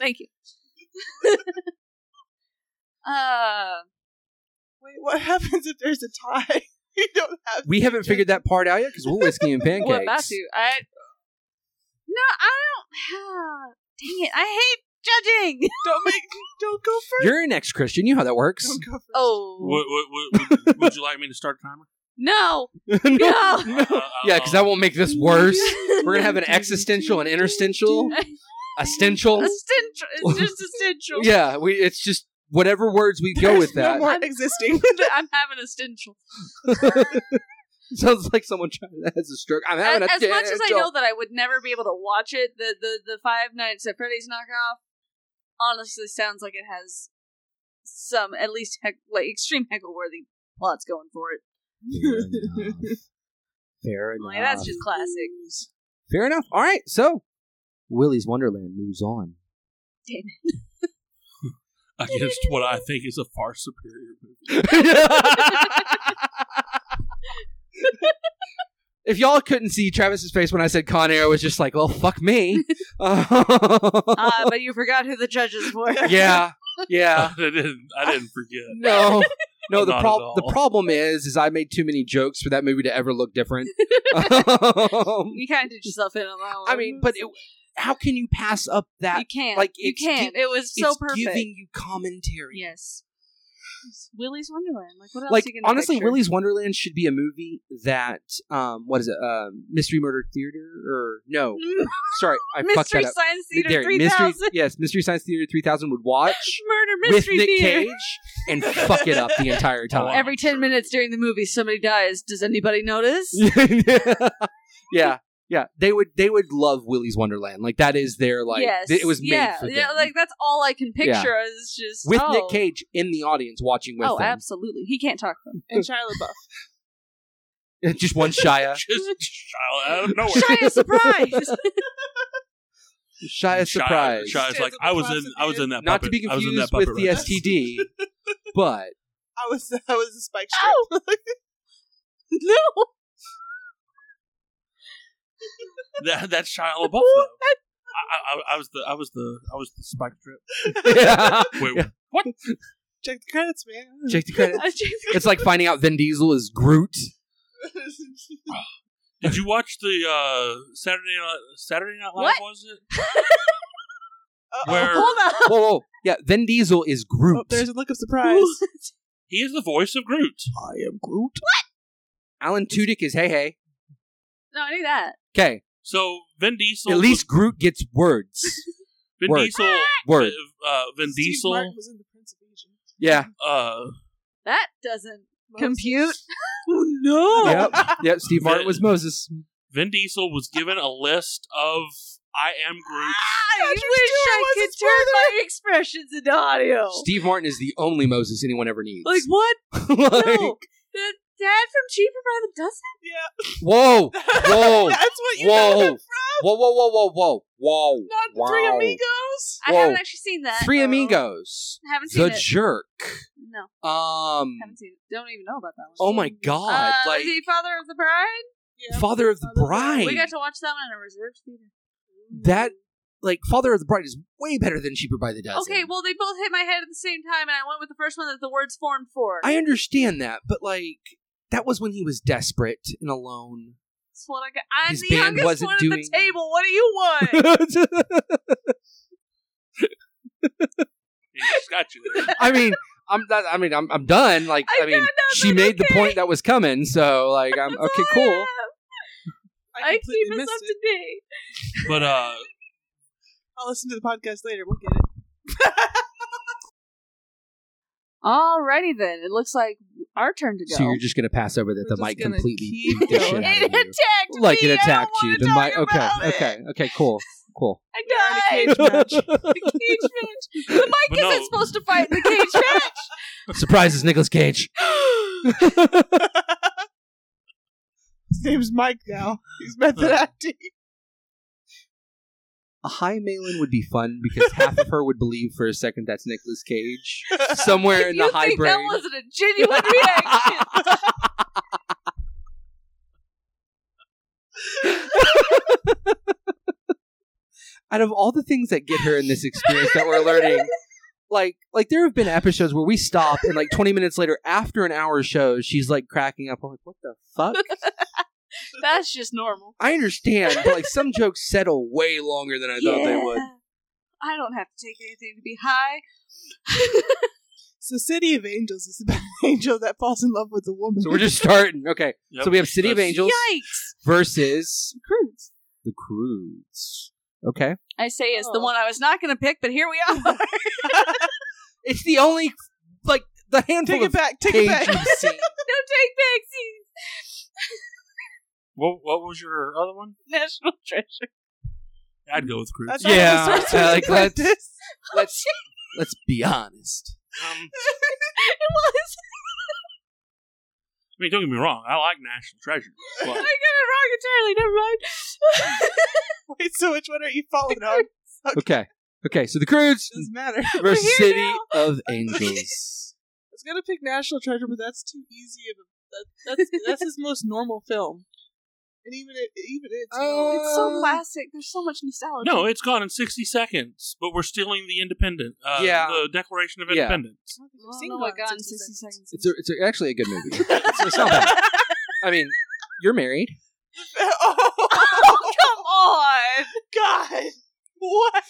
[SPEAKER 1] Thank you. [LAUGHS] uh
[SPEAKER 5] Wait, what happens if there's a tie? [LAUGHS] You don't have.
[SPEAKER 4] We haven't figured that part out yet because we're
[SPEAKER 1] [LAUGHS]
[SPEAKER 4] whiskey and pancakes.
[SPEAKER 1] Well, about to. I no, I don't. [SIGHS] dang it! I hate judging. [LAUGHS]
[SPEAKER 5] Don't make. Don't go
[SPEAKER 4] [LAUGHS]
[SPEAKER 5] first.
[SPEAKER 4] You're an ex Christian. You know how that works.
[SPEAKER 5] Don't go first.
[SPEAKER 1] Oh
[SPEAKER 3] Would, would, would, would you like me to start a timer?
[SPEAKER 1] no!
[SPEAKER 4] [LAUGHS] no.
[SPEAKER 1] [LAUGHS] No.
[SPEAKER 3] Uh,
[SPEAKER 4] [LAUGHS] Yeah, because that won't make this
[SPEAKER 1] [LAUGHS]
[SPEAKER 4] worse.
[SPEAKER 1] Oh.
[SPEAKER 4] We're going to
[SPEAKER 5] [LAUGHS]
[SPEAKER 4] have an existential, an interstitial, a stenchal.
[SPEAKER 1] Essential. It's just essential.
[SPEAKER 4] Yeah, we, it's just whatever words we go with
[SPEAKER 5] No
[SPEAKER 4] that.
[SPEAKER 5] more
[SPEAKER 1] I'm-
[SPEAKER 5] existing.
[SPEAKER 1] [LAUGHS] I'm having a essential.
[SPEAKER 4] [LAUGHS] Sounds like someone trying that has a stroke. I'm
[SPEAKER 1] As,
[SPEAKER 4] [LAUGHS] having a
[SPEAKER 1] as much as I
[SPEAKER 4] dental-
[SPEAKER 1] know that I would never be able to watch it, the the the Five Nights at Freddy's knockoff honestly sounds like it has some at least heck, like extreme heckle worthy plots going for it.
[SPEAKER 2] Fair
[SPEAKER 4] [LAUGHS]
[SPEAKER 2] enough. Fair enough.
[SPEAKER 1] Like that's just classic.
[SPEAKER 4] Fair enough. All right, so Willy's Wonderland moves on.
[SPEAKER 1] Damn it.
[SPEAKER 3] Against what I think is a far superior movie.
[SPEAKER 4] if y'all couldn't see Travis's face when I said Con Air was just like, well, fuck me. Uh,
[SPEAKER 1] Ah, but you forgot who the judges were.
[SPEAKER 4] [LAUGHS] yeah, yeah.
[SPEAKER 3] [LAUGHS] I didn't. I didn't forget.
[SPEAKER 4] No, no. The
[SPEAKER 3] Not at
[SPEAKER 4] problem the
[SPEAKER 3] all.
[SPEAKER 4] problem is, is I made too many jokes for that movie to ever look different. [LAUGHS] Um,
[SPEAKER 1] [LAUGHS] You kind of did yourself in on that one.
[SPEAKER 4] I mean, but it, how can you pass up that?
[SPEAKER 1] you can't.
[SPEAKER 4] like,
[SPEAKER 1] Like you
[SPEAKER 4] it's
[SPEAKER 1] can't. it was so
[SPEAKER 4] it's
[SPEAKER 1] perfect.
[SPEAKER 4] giving you commentary.
[SPEAKER 1] Yes. It's Willy's Wonderland. Like what else?
[SPEAKER 4] like
[SPEAKER 1] you can
[SPEAKER 4] honestly,
[SPEAKER 1] picture?
[SPEAKER 4] Willy's Wonderland should be a movie that um, what is it? Um, Mystery Murder Theater or no? Sorry, I
[SPEAKER 1] [LAUGHS]
[SPEAKER 4] fucked
[SPEAKER 1] Mystery
[SPEAKER 4] that up.
[SPEAKER 1] Science
[SPEAKER 4] There,
[SPEAKER 1] Theater three
[SPEAKER 4] Mystery,
[SPEAKER 1] thousand.
[SPEAKER 4] yes, Mystery Science Theater three thousand would watch
[SPEAKER 1] Murder [LAUGHS] Mystery
[SPEAKER 4] with Nick
[SPEAKER 1] Theater.
[SPEAKER 4] Cage and fuck it up the entire
[SPEAKER 3] Oh,
[SPEAKER 4] time.
[SPEAKER 1] [LAUGHS]
[SPEAKER 3] I'm
[SPEAKER 1] Every ten
[SPEAKER 3] sure.
[SPEAKER 1] minutes during the movie, somebody dies. Does anybody notice?
[SPEAKER 4] yeah, yeah, they would they would love Willy's Wonderland. Like that is their [LAUGHS] like
[SPEAKER 1] yes.
[SPEAKER 4] th- it was made
[SPEAKER 1] yeah,
[SPEAKER 4] for them.
[SPEAKER 1] yeah. Like that's all I can picture is just
[SPEAKER 4] with
[SPEAKER 1] oh.
[SPEAKER 4] Nick Cage in the audience watching with
[SPEAKER 1] Oh,
[SPEAKER 4] them.
[SPEAKER 1] absolutely. He can't talk. Though.
[SPEAKER 5] and Shia LaBeouf.
[SPEAKER 4] [LAUGHS] Just one Shia.
[SPEAKER 3] Just Shia
[SPEAKER 4] [LAUGHS]
[SPEAKER 3] out of
[SPEAKER 1] [LAUGHS]
[SPEAKER 3] nowhere.
[SPEAKER 1] Shia surprise. [LAUGHS]
[SPEAKER 4] Shia surprise.
[SPEAKER 3] Shia's like I was in. I was in that.
[SPEAKER 4] Not
[SPEAKER 3] puppet.
[SPEAKER 4] to be
[SPEAKER 3] I was in that
[SPEAKER 4] confused
[SPEAKER 3] puppet
[SPEAKER 4] with the
[SPEAKER 3] right now.
[SPEAKER 4] STD, [LAUGHS] but
[SPEAKER 5] I was. I was a spike strip.
[SPEAKER 1] Ow! no,
[SPEAKER 3] That, that's Shia
[SPEAKER 4] Oh, [LAUGHS]
[SPEAKER 3] LaBeouf. Though. I, I, I was the. I was the. I was the spike trip.
[SPEAKER 4] yeah.
[SPEAKER 3] Wait,
[SPEAKER 4] Yeah.
[SPEAKER 5] [LAUGHS] Check the credits, man.
[SPEAKER 4] Check the credit.
[SPEAKER 1] [LAUGHS] I just-
[SPEAKER 4] [LAUGHS] It's like finding out Vin Diesel is Groot.
[SPEAKER 3] did you watch the uh, Saturday Night, Saturday Night Live?
[SPEAKER 1] What?
[SPEAKER 3] Was it?
[SPEAKER 5] Uh-oh.
[SPEAKER 1] hold
[SPEAKER 3] Where-
[SPEAKER 4] [LAUGHS]
[SPEAKER 1] on.
[SPEAKER 4] Whoa, whoa. Yeah, Vin Diesel is Groot.
[SPEAKER 5] Oh, there's a look of
[SPEAKER 4] [LAUGHS]
[SPEAKER 5] surprise.
[SPEAKER 1] [LAUGHS]
[SPEAKER 3] He is the voice of Groot.
[SPEAKER 5] I am Groot.
[SPEAKER 4] Alan Tudyk is Hey Hey.
[SPEAKER 1] No, I knew that.
[SPEAKER 4] Okay,
[SPEAKER 3] So Vin Diesel.
[SPEAKER 4] at least Groot gets
[SPEAKER 1] [LAUGHS]
[SPEAKER 4] words.
[SPEAKER 3] Vin
[SPEAKER 4] Word.
[SPEAKER 3] Diesel.
[SPEAKER 4] Word.
[SPEAKER 3] Uh, Vin
[SPEAKER 5] Steve
[SPEAKER 3] Diesel.
[SPEAKER 5] Martin was in the Prince of Egypt.
[SPEAKER 4] Yeah,
[SPEAKER 3] Uh,
[SPEAKER 1] That doesn't
[SPEAKER 5] Moses. [LAUGHS]
[SPEAKER 1] compute. [LAUGHS] Oh no.
[SPEAKER 4] yep, yep. Steve Martin was Moses.
[SPEAKER 3] Vin Diesel was given a list of I am Groot.
[SPEAKER 1] I wish I could turn my expressions into audio.
[SPEAKER 4] Steve Martin is the only Moses anyone ever needs.
[SPEAKER 1] Oh.
[SPEAKER 4] [LAUGHS]
[SPEAKER 1] Like what?
[SPEAKER 4] Like,
[SPEAKER 1] No, the dad from Cheaper by the Dozen.
[SPEAKER 5] Yeah,
[SPEAKER 4] whoa, whoa,
[SPEAKER 5] that's what you
[SPEAKER 4] Whoa.
[SPEAKER 5] know him from.
[SPEAKER 4] whoa, whoa, whoa, whoa, whoa, whoa.
[SPEAKER 5] Not the Three
[SPEAKER 4] Wow.
[SPEAKER 5] Amigos.
[SPEAKER 1] I
[SPEAKER 4] Whoa.
[SPEAKER 1] haven't actually seen that.
[SPEAKER 4] Three
[SPEAKER 1] though.
[SPEAKER 4] Amigos.
[SPEAKER 1] I haven't seen
[SPEAKER 4] The
[SPEAKER 1] it.
[SPEAKER 4] Jerk.
[SPEAKER 1] no,
[SPEAKER 4] Um.
[SPEAKER 1] haven't seen it. Don't even know about that one.
[SPEAKER 4] Oh my God!
[SPEAKER 1] Uh,
[SPEAKER 4] like
[SPEAKER 1] was he Father of the Bride?
[SPEAKER 5] Yeah.
[SPEAKER 4] Father of the
[SPEAKER 5] Father of the
[SPEAKER 4] Bride.
[SPEAKER 1] We got to watch that one in a reserved theater.
[SPEAKER 4] that like Father of the Bride is way better than Cheaper by the Dozen.
[SPEAKER 1] Okay, well they both hit my head at the same time, and I went with the first one that the words formed for.
[SPEAKER 4] I understand that, but like that was when he was desperate
[SPEAKER 1] [LAUGHS]
[SPEAKER 4] and alone.
[SPEAKER 1] That's what I got. I'm
[SPEAKER 4] His
[SPEAKER 1] the
[SPEAKER 4] band
[SPEAKER 1] youngest
[SPEAKER 4] wasn't
[SPEAKER 1] one at
[SPEAKER 4] doing-
[SPEAKER 1] the table. What do you want?
[SPEAKER 4] [LAUGHS]
[SPEAKER 3] He's got you there.
[SPEAKER 4] I mean, I'm not, I mean, I'm, I'm done. Like,
[SPEAKER 1] I
[SPEAKER 4] I, mean,
[SPEAKER 1] got
[SPEAKER 4] she
[SPEAKER 1] nothing,
[SPEAKER 4] made the
[SPEAKER 1] okay.
[SPEAKER 4] point that was coming, so like, I'm
[SPEAKER 1] That's all
[SPEAKER 4] okay,
[SPEAKER 1] I
[SPEAKER 4] cool.
[SPEAKER 1] have.
[SPEAKER 5] I
[SPEAKER 1] I, keep
[SPEAKER 5] completely
[SPEAKER 1] us
[SPEAKER 5] missed
[SPEAKER 1] up
[SPEAKER 5] it.
[SPEAKER 1] to date.
[SPEAKER 5] [LAUGHS]
[SPEAKER 3] But uh,
[SPEAKER 5] I'll listen to the podcast later. We'll get it.
[SPEAKER 1] Alrighty then. It looks like our turn to go.
[SPEAKER 4] So you're just gonna pass over that
[SPEAKER 5] We're
[SPEAKER 4] the mic
[SPEAKER 5] just gonna
[SPEAKER 4] completely
[SPEAKER 5] keep
[SPEAKER 4] beat the
[SPEAKER 5] going.
[SPEAKER 4] shit out
[SPEAKER 1] it
[SPEAKER 4] of you.
[SPEAKER 1] attacked
[SPEAKER 4] Like
[SPEAKER 1] me.
[SPEAKER 4] it
[SPEAKER 1] I don't
[SPEAKER 4] attacked
[SPEAKER 1] wanna
[SPEAKER 4] you. The
[SPEAKER 1] talk
[SPEAKER 4] mic. Okay.
[SPEAKER 1] about it.
[SPEAKER 4] Okay. Okay.
[SPEAKER 1] [LAUGHS]
[SPEAKER 4] Cool. Cool.
[SPEAKER 1] I died.
[SPEAKER 5] Cage match.
[SPEAKER 1] The cage match. The mic
[SPEAKER 3] But
[SPEAKER 1] isn't
[SPEAKER 3] no.
[SPEAKER 1] supposed to fight in the
[SPEAKER 4] [LAUGHS]
[SPEAKER 1] cage match.
[SPEAKER 4] [LAUGHS] Surprises, Nicolas Cage.
[SPEAKER 5] His name's Mike now. He's method acting.
[SPEAKER 4] A high Malin would be fun because half of her would believe for a second that's
[SPEAKER 1] [LAUGHS]
[SPEAKER 4] Nicolas Cage [LAUGHS] somewhere in
[SPEAKER 1] you
[SPEAKER 4] the high
[SPEAKER 1] think that
[SPEAKER 4] brain.
[SPEAKER 1] wasn't a genuine
[SPEAKER 4] [LAUGHS]
[SPEAKER 1] reaction?
[SPEAKER 4] [LAUGHS] Out of all the things that get her in this experience that we're learning, like like there have been episodes where we stop and like 20 minutes later after an hour show she's like cracking up. I'm like, what the fuck?
[SPEAKER 1] That's just normal.
[SPEAKER 4] I understand, but like some jokes settle way longer than I thought they would.
[SPEAKER 1] I don't have to take anything to be high.
[SPEAKER 5] So, City of Angels is about an angel that falls in love with a woman.
[SPEAKER 4] So we're just starting. Okay.
[SPEAKER 3] Yep.
[SPEAKER 4] So we have City of
[SPEAKER 3] That's-
[SPEAKER 4] Angels
[SPEAKER 1] Yikes!
[SPEAKER 4] versus
[SPEAKER 1] Cruise.
[SPEAKER 4] the Crudes. Okay.
[SPEAKER 1] I say it's the
[SPEAKER 5] Oh.
[SPEAKER 1] one I was not going to pick, but here we are. [LAUGHS]
[SPEAKER 4] It's the only like the handful
[SPEAKER 5] take it
[SPEAKER 4] of
[SPEAKER 5] back. Take [LAUGHS] it back.
[SPEAKER 4] page you've seen.
[SPEAKER 1] no take backsies.
[SPEAKER 3] What, what was your other one?
[SPEAKER 1] National treasure.
[SPEAKER 3] I'd go with Um, Cruise.
[SPEAKER 5] That's
[SPEAKER 4] Yeah,
[SPEAKER 5] all the
[SPEAKER 4] uh, like,
[SPEAKER 5] like, like
[SPEAKER 4] let's-
[SPEAKER 5] this.
[SPEAKER 4] [LAUGHS]
[SPEAKER 1] Oh,
[SPEAKER 4] Let's let's be honest.
[SPEAKER 3] Um,
[SPEAKER 1] [LAUGHS] it was. [LAUGHS]
[SPEAKER 3] I mean, don't get me wrong. I like National Treasure.
[SPEAKER 1] I got
[SPEAKER 3] But
[SPEAKER 1] it wrong entirely. Never mind.
[SPEAKER 5] Wait, so which one are you following on?
[SPEAKER 4] Okay. Okay, so the Crudes
[SPEAKER 5] Doesn't matter.
[SPEAKER 4] versus
[SPEAKER 1] here
[SPEAKER 4] City
[SPEAKER 1] now.
[SPEAKER 4] of Angels.
[SPEAKER 5] I was gonna pick National Treasure, but that's too easy of a. That, that's
[SPEAKER 1] [LAUGHS]
[SPEAKER 5] that's his most normal film, and even it, even it's.
[SPEAKER 4] Uh,
[SPEAKER 5] you know,
[SPEAKER 1] it's so classic. There's so much nostalgia.
[SPEAKER 3] no, it's gone in 60 seconds, but we're stealing the independent, uh,
[SPEAKER 4] Yeah.
[SPEAKER 3] the Declaration of
[SPEAKER 4] Yeah.
[SPEAKER 3] Independence.
[SPEAKER 1] Oh, I
[SPEAKER 5] I've
[SPEAKER 1] don't
[SPEAKER 5] seen
[SPEAKER 1] know
[SPEAKER 5] it
[SPEAKER 1] what
[SPEAKER 5] on
[SPEAKER 1] got in
[SPEAKER 5] 60
[SPEAKER 1] 60
[SPEAKER 5] seconds.
[SPEAKER 1] seconds.
[SPEAKER 4] It's, a, it's a- actually a good movie. It's, it's not bad. I mean, you're married.
[SPEAKER 5] [LAUGHS] oh
[SPEAKER 1] oh, come on!
[SPEAKER 5] God! What?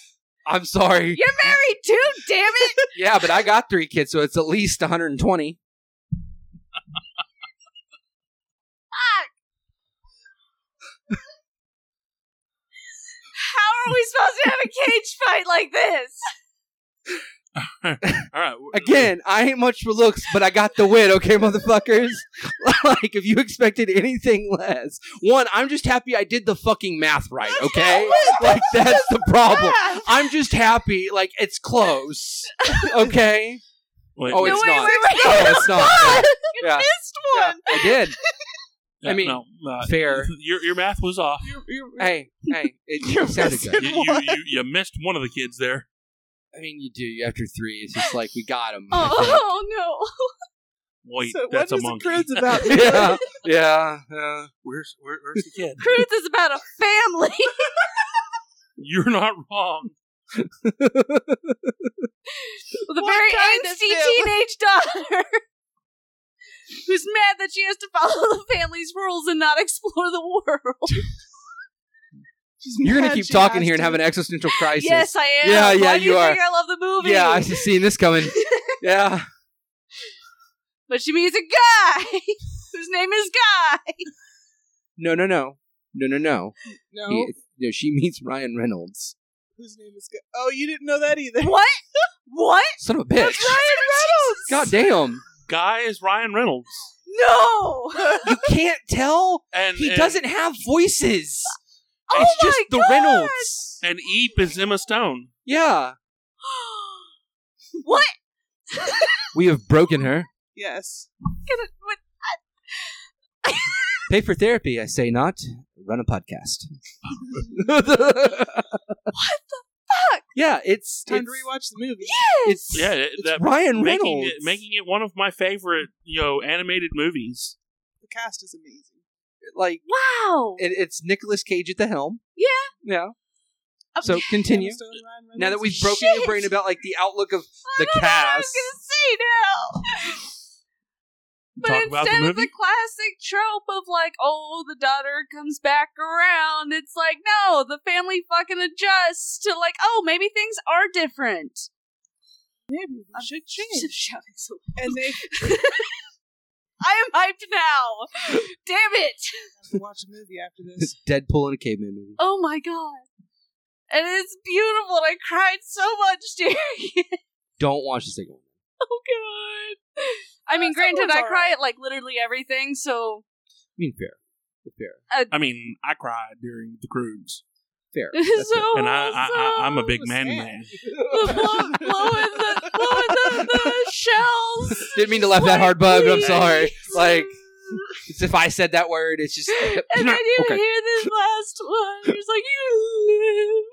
[SPEAKER 4] I'm sorry.
[SPEAKER 1] You're married too, damn it!
[SPEAKER 4] Yeah, but I got three kids, so it's at least 120.
[SPEAKER 1] How are we supposed to have a cage fight like this?
[SPEAKER 3] All right. we're-
[SPEAKER 4] Again, I ain't much for looks, but I got the win, okay, motherfuckers? [LAUGHS] like, if you expected anything less. One, I'm just happy I did the fucking math right,
[SPEAKER 5] [LAUGHS]
[SPEAKER 4] okay? Like, that's the problem.
[SPEAKER 1] Ah.
[SPEAKER 4] I'm just happy, like, it's close, okay?
[SPEAKER 3] wait,
[SPEAKER 4] Oh,
[SPEAKER 3] wait.
[SPEAKER 1] no,
[SPEAKER 4] it's
[SPEAKER 1] wait,
[SPEAKER 4] not.
[SPEAKER 1] wait, wait.
[SPEAKER 4] No,
[SPEAKER 1] [LAUGHS]
[SPEAKER 4] it's not. Oh.
[SPEAKER 1] Ah,
[SPEAKER 4] Yeah.
[SPEAKER 1] Missed
[SPEAKER 4] [LAUGHS]
[SPEAKER 1] one.
[SPEAKER 4] I did.
[SPEAKER 3] Yeah,
[SPEAKER 4] I mean,
[SPEAKER 3] no, uh,
[SPEAKER 4] fair.
[SPEAKER 3] [LAUGHS] Your, your math
[SPEAKER 5] [LAUGHS]
[SPEAKER 3] was off.
[SPEAKER 5] You're, you're,
[SPEAKER 4] Hey, hey,
[SPEAKER 5] You're
[SPEAKER 4] it sounded
[SPEAKER 5] missing
[SPEAKER 4] good.
[SPEAKER 3] You, you, you, you missed one of the kids there.
[SPEAKER 4] I mean, you do. After three, it's just like, we got him.
[SPEAKER 1] Oh,
[SPEAKER 4] [LAUGHS]
[SPEAKER 1] oh, no!
[SPEAKER 3] Wait,
[SPEAKER 5] so
[SPEAKER 3] that's
[SPEAKER 5] what
[SPEAKER 3] a
[SPEAKER 5] is
[SPEAKER 3] monkey.
[SPEAKER 5] the cruise
[SPEAKER 4] [LAUGHS]
[SPEAKER 5] about?
[SPEAKER 4] yeah, yeah, yeah.
[SPEAKER 3] Where's where, where's the kid?
[SPEAKER 1] Cruise is about a family. [LAUGHS]
[SPEAKER 3] You're not wrong.
[SPEAKER 1] with a
[SPEAKER 5] What
[SPEAKER 1] very
[SPEAKER 5] kind of
[SPEAKER 1] angsty
[SPEAKER 5] family?
[SPEAKER 1] teenage daughter [LAUGHS] who's mad that she has to follow the family's rules and not explore the world.
[SPEAKER 5] She's [LAUGHS]
[SPEAKER 4] You're gonna
[SPEAKER 5] mad
[SPEAKER 4] keep
[SPEAKER 5] she
[SPEAKER 4] talking
[SPEAKER 5] has
[SPEAKER 4] here and
[SPEAKER 5] to.
[SPEAKER 4] have an existential crisis.
[SPEAKER 1] Yes, I am.
[SPEAKER 4] Yeah, yeah,
[SPEAKER 1] Why do
[SPEAKER 4] you
[SPEAKER 1] you
[SPEAKER 4] are.
[SPEAKER 1] think I love the movie?
[SPEAKER 4] Yeah, I just seen this coming. [LAUGHS] yeah.
[SPEAKER 1] but she meets a guy [LAUGHS] whose name is Guy.
[SPEAKER 4] No, no, no, no, no, no.
[SPEAKER 5] No,
[SPEAKER 4] He- no, she meets Ryan Reynolds.
[SPEAKER 5] whose name is? Go- oh, you didn't know that either.
[SPEAKER 1] [LAUGHS]
[SPEAKER 5] [LAUGHS]
[SPEAKER 1] What? What?
[SPEAKER 4] Son of a bitch. God
[SPEAKER 1] Ryan
[SPEAKER 4] damn.
[SPEAKER 3] Guy is Ryan Reynolds,
[SPEAKER 4] [LAUGHS]
[SPEAKER 1] No.
[SPEAKER 4] You can't tell.
[SPEAKER 3] and
[SPEAKER 4] He [LAUGHS]
[SPEAKER 3] and-
[SPEAKER 4] doesn't have voices.
[SPEAKER 1] Oh
[SPEAKER 4] it's
[SPEAKER 1] my
[SPEAKER 4] just the
[SPEAKER 1] God.
[SPEAKER 4] Reynolds.
[SPEAKER 3] And Eep is Emma Stone.
[SPEAKER 4] Yeah.
[SPEAKER 1] [GASPS] what? [LAUGHS]
[SPEAKER 4] We have broken her. [LAUGHS]
[SPEAKER 5] Yes.
[SPEAKER 1] Gonna- what?
[SPEAKER 4] Pay for therapy, I say not. Run
[SPEAKER 1] [LAUGHS]
[SPEAKER 4] a podcast. what the fuck? Yeah, it's
[SPEAKER 5] Time
[SPEAKER 4] it's-
[SPEAKER 5] to rewatch the movie.
[SPEAKER 4] It's
[SPEAKER 3] Yeah, it-
[SPEAKER 4] it's
[SPEAKER 3] that
[SPEAKER 4] Ryan
[SPEAKER 3] making
[SPEAKER 4] Reynolds.
[SPEAKER 3] it, making it one of my favorite you know animated movies.
[SPEAKER 5] The cast is amazing.
[SPEAKER 4] like
[SPEAKER 1] Wow.
[SPEAKER 4] it, it's Nicolas Cage at the helm.
[SPEAKER 1] Yeah.
[SPEAKER 4] Yeah.
[SPEAKER 1] Okay.
[SPEAKER 4] So continue.
[SPEAKER 5] Emma Stone, Ryan Reynolds.
[SPEAKER 4] Now that we've broken your
[SPEAKER 1] Shit.
[SPEAKER 4] brain about like the outlook of
[SPEAKER 1] I
[SPEAKER 4] the
[SPEAKER 1] don't know what I was
[SPEAKER 4] cast.
[SPEAKER 1] gonna say now. But
[SPEAKER 3] Talk about
[SPEAKER 1] instead
[SPEAKER 3] the
[SPEAKER 1] of the
[SPEAKER 3] movie.
[SPEAKER 1] classic trope of like, oh, the daughter comes back around, it's like, no, the family fucking adjusts to like, oh, maybe things are different.
[SPEAKER 5] maybe we
[SPEAKER 1] [LAUGHS]
[SPEAKER 5] should
[SPEAKER 1] Just
[SPEAKER 5] change.
[SPEAKER 1] shouting so
[SPEAKER 5] and they
[SPEAKER 1] I am hyped now. Damn it.
[SPEAKER 5] have to watch a movie after
[SPEAKER 4] [LAUGHS]
[SPEAKER 5] this.
[SPEAKER 4] Deadpool in a caveman movie.
[SPEAKER 1] Oh my god. And it's beautiful, and I cried so much during it.
[SPEAKER 4] Don't watch the second one.
[SPEAKER 1] Oh god. I mean,
[SPEAKER 5] That
[SPEAKER 1] granted,
[SPEAKER 5] one's
[SPEAKER 1] I
[SPEAKER 5] all
[SPEAKER 1] cry
[SPEAKER 5] right.
[SPEAKER 1] at like literally everything. So [LAUGHS]
[SPEAKER 4] I mean, fair, fair,
[SPEAKER 3] I mean, I cried during the cruise,
[SPEAKER 1] [LAUGHS]
[SPEAKER 4] fair.
[SPEAKER 1] so
[SPEAKER 4] That's fair.
[SPEAKER 3] and I, I, I I'm a big
[SPEAKER 5] That
[SPEAKER 3] man
[SPEAKER 5] was
[SPEAKER 3] man.
[SPEAKER 1] the blow, blowing the blowing the,
[SPEAKER 3] [LAUGHS]
[SPEAKER 1] the shells.
[SPEAKER 4] Didn't mean to laugh that hard, bub.
[SPEAKER 1] bud.
[SPEAKER 4] but I'm sorry. Like, it's if I said that word, it's just
[SPEAKER 1] [LAUGHS] And
[SPEAKER 4] [LAUGHS]
[SPEAKER 1] then you
[SPEAKER 4] okay.
[SPEAKER 1] hear this last one. You're just like, you lived a life.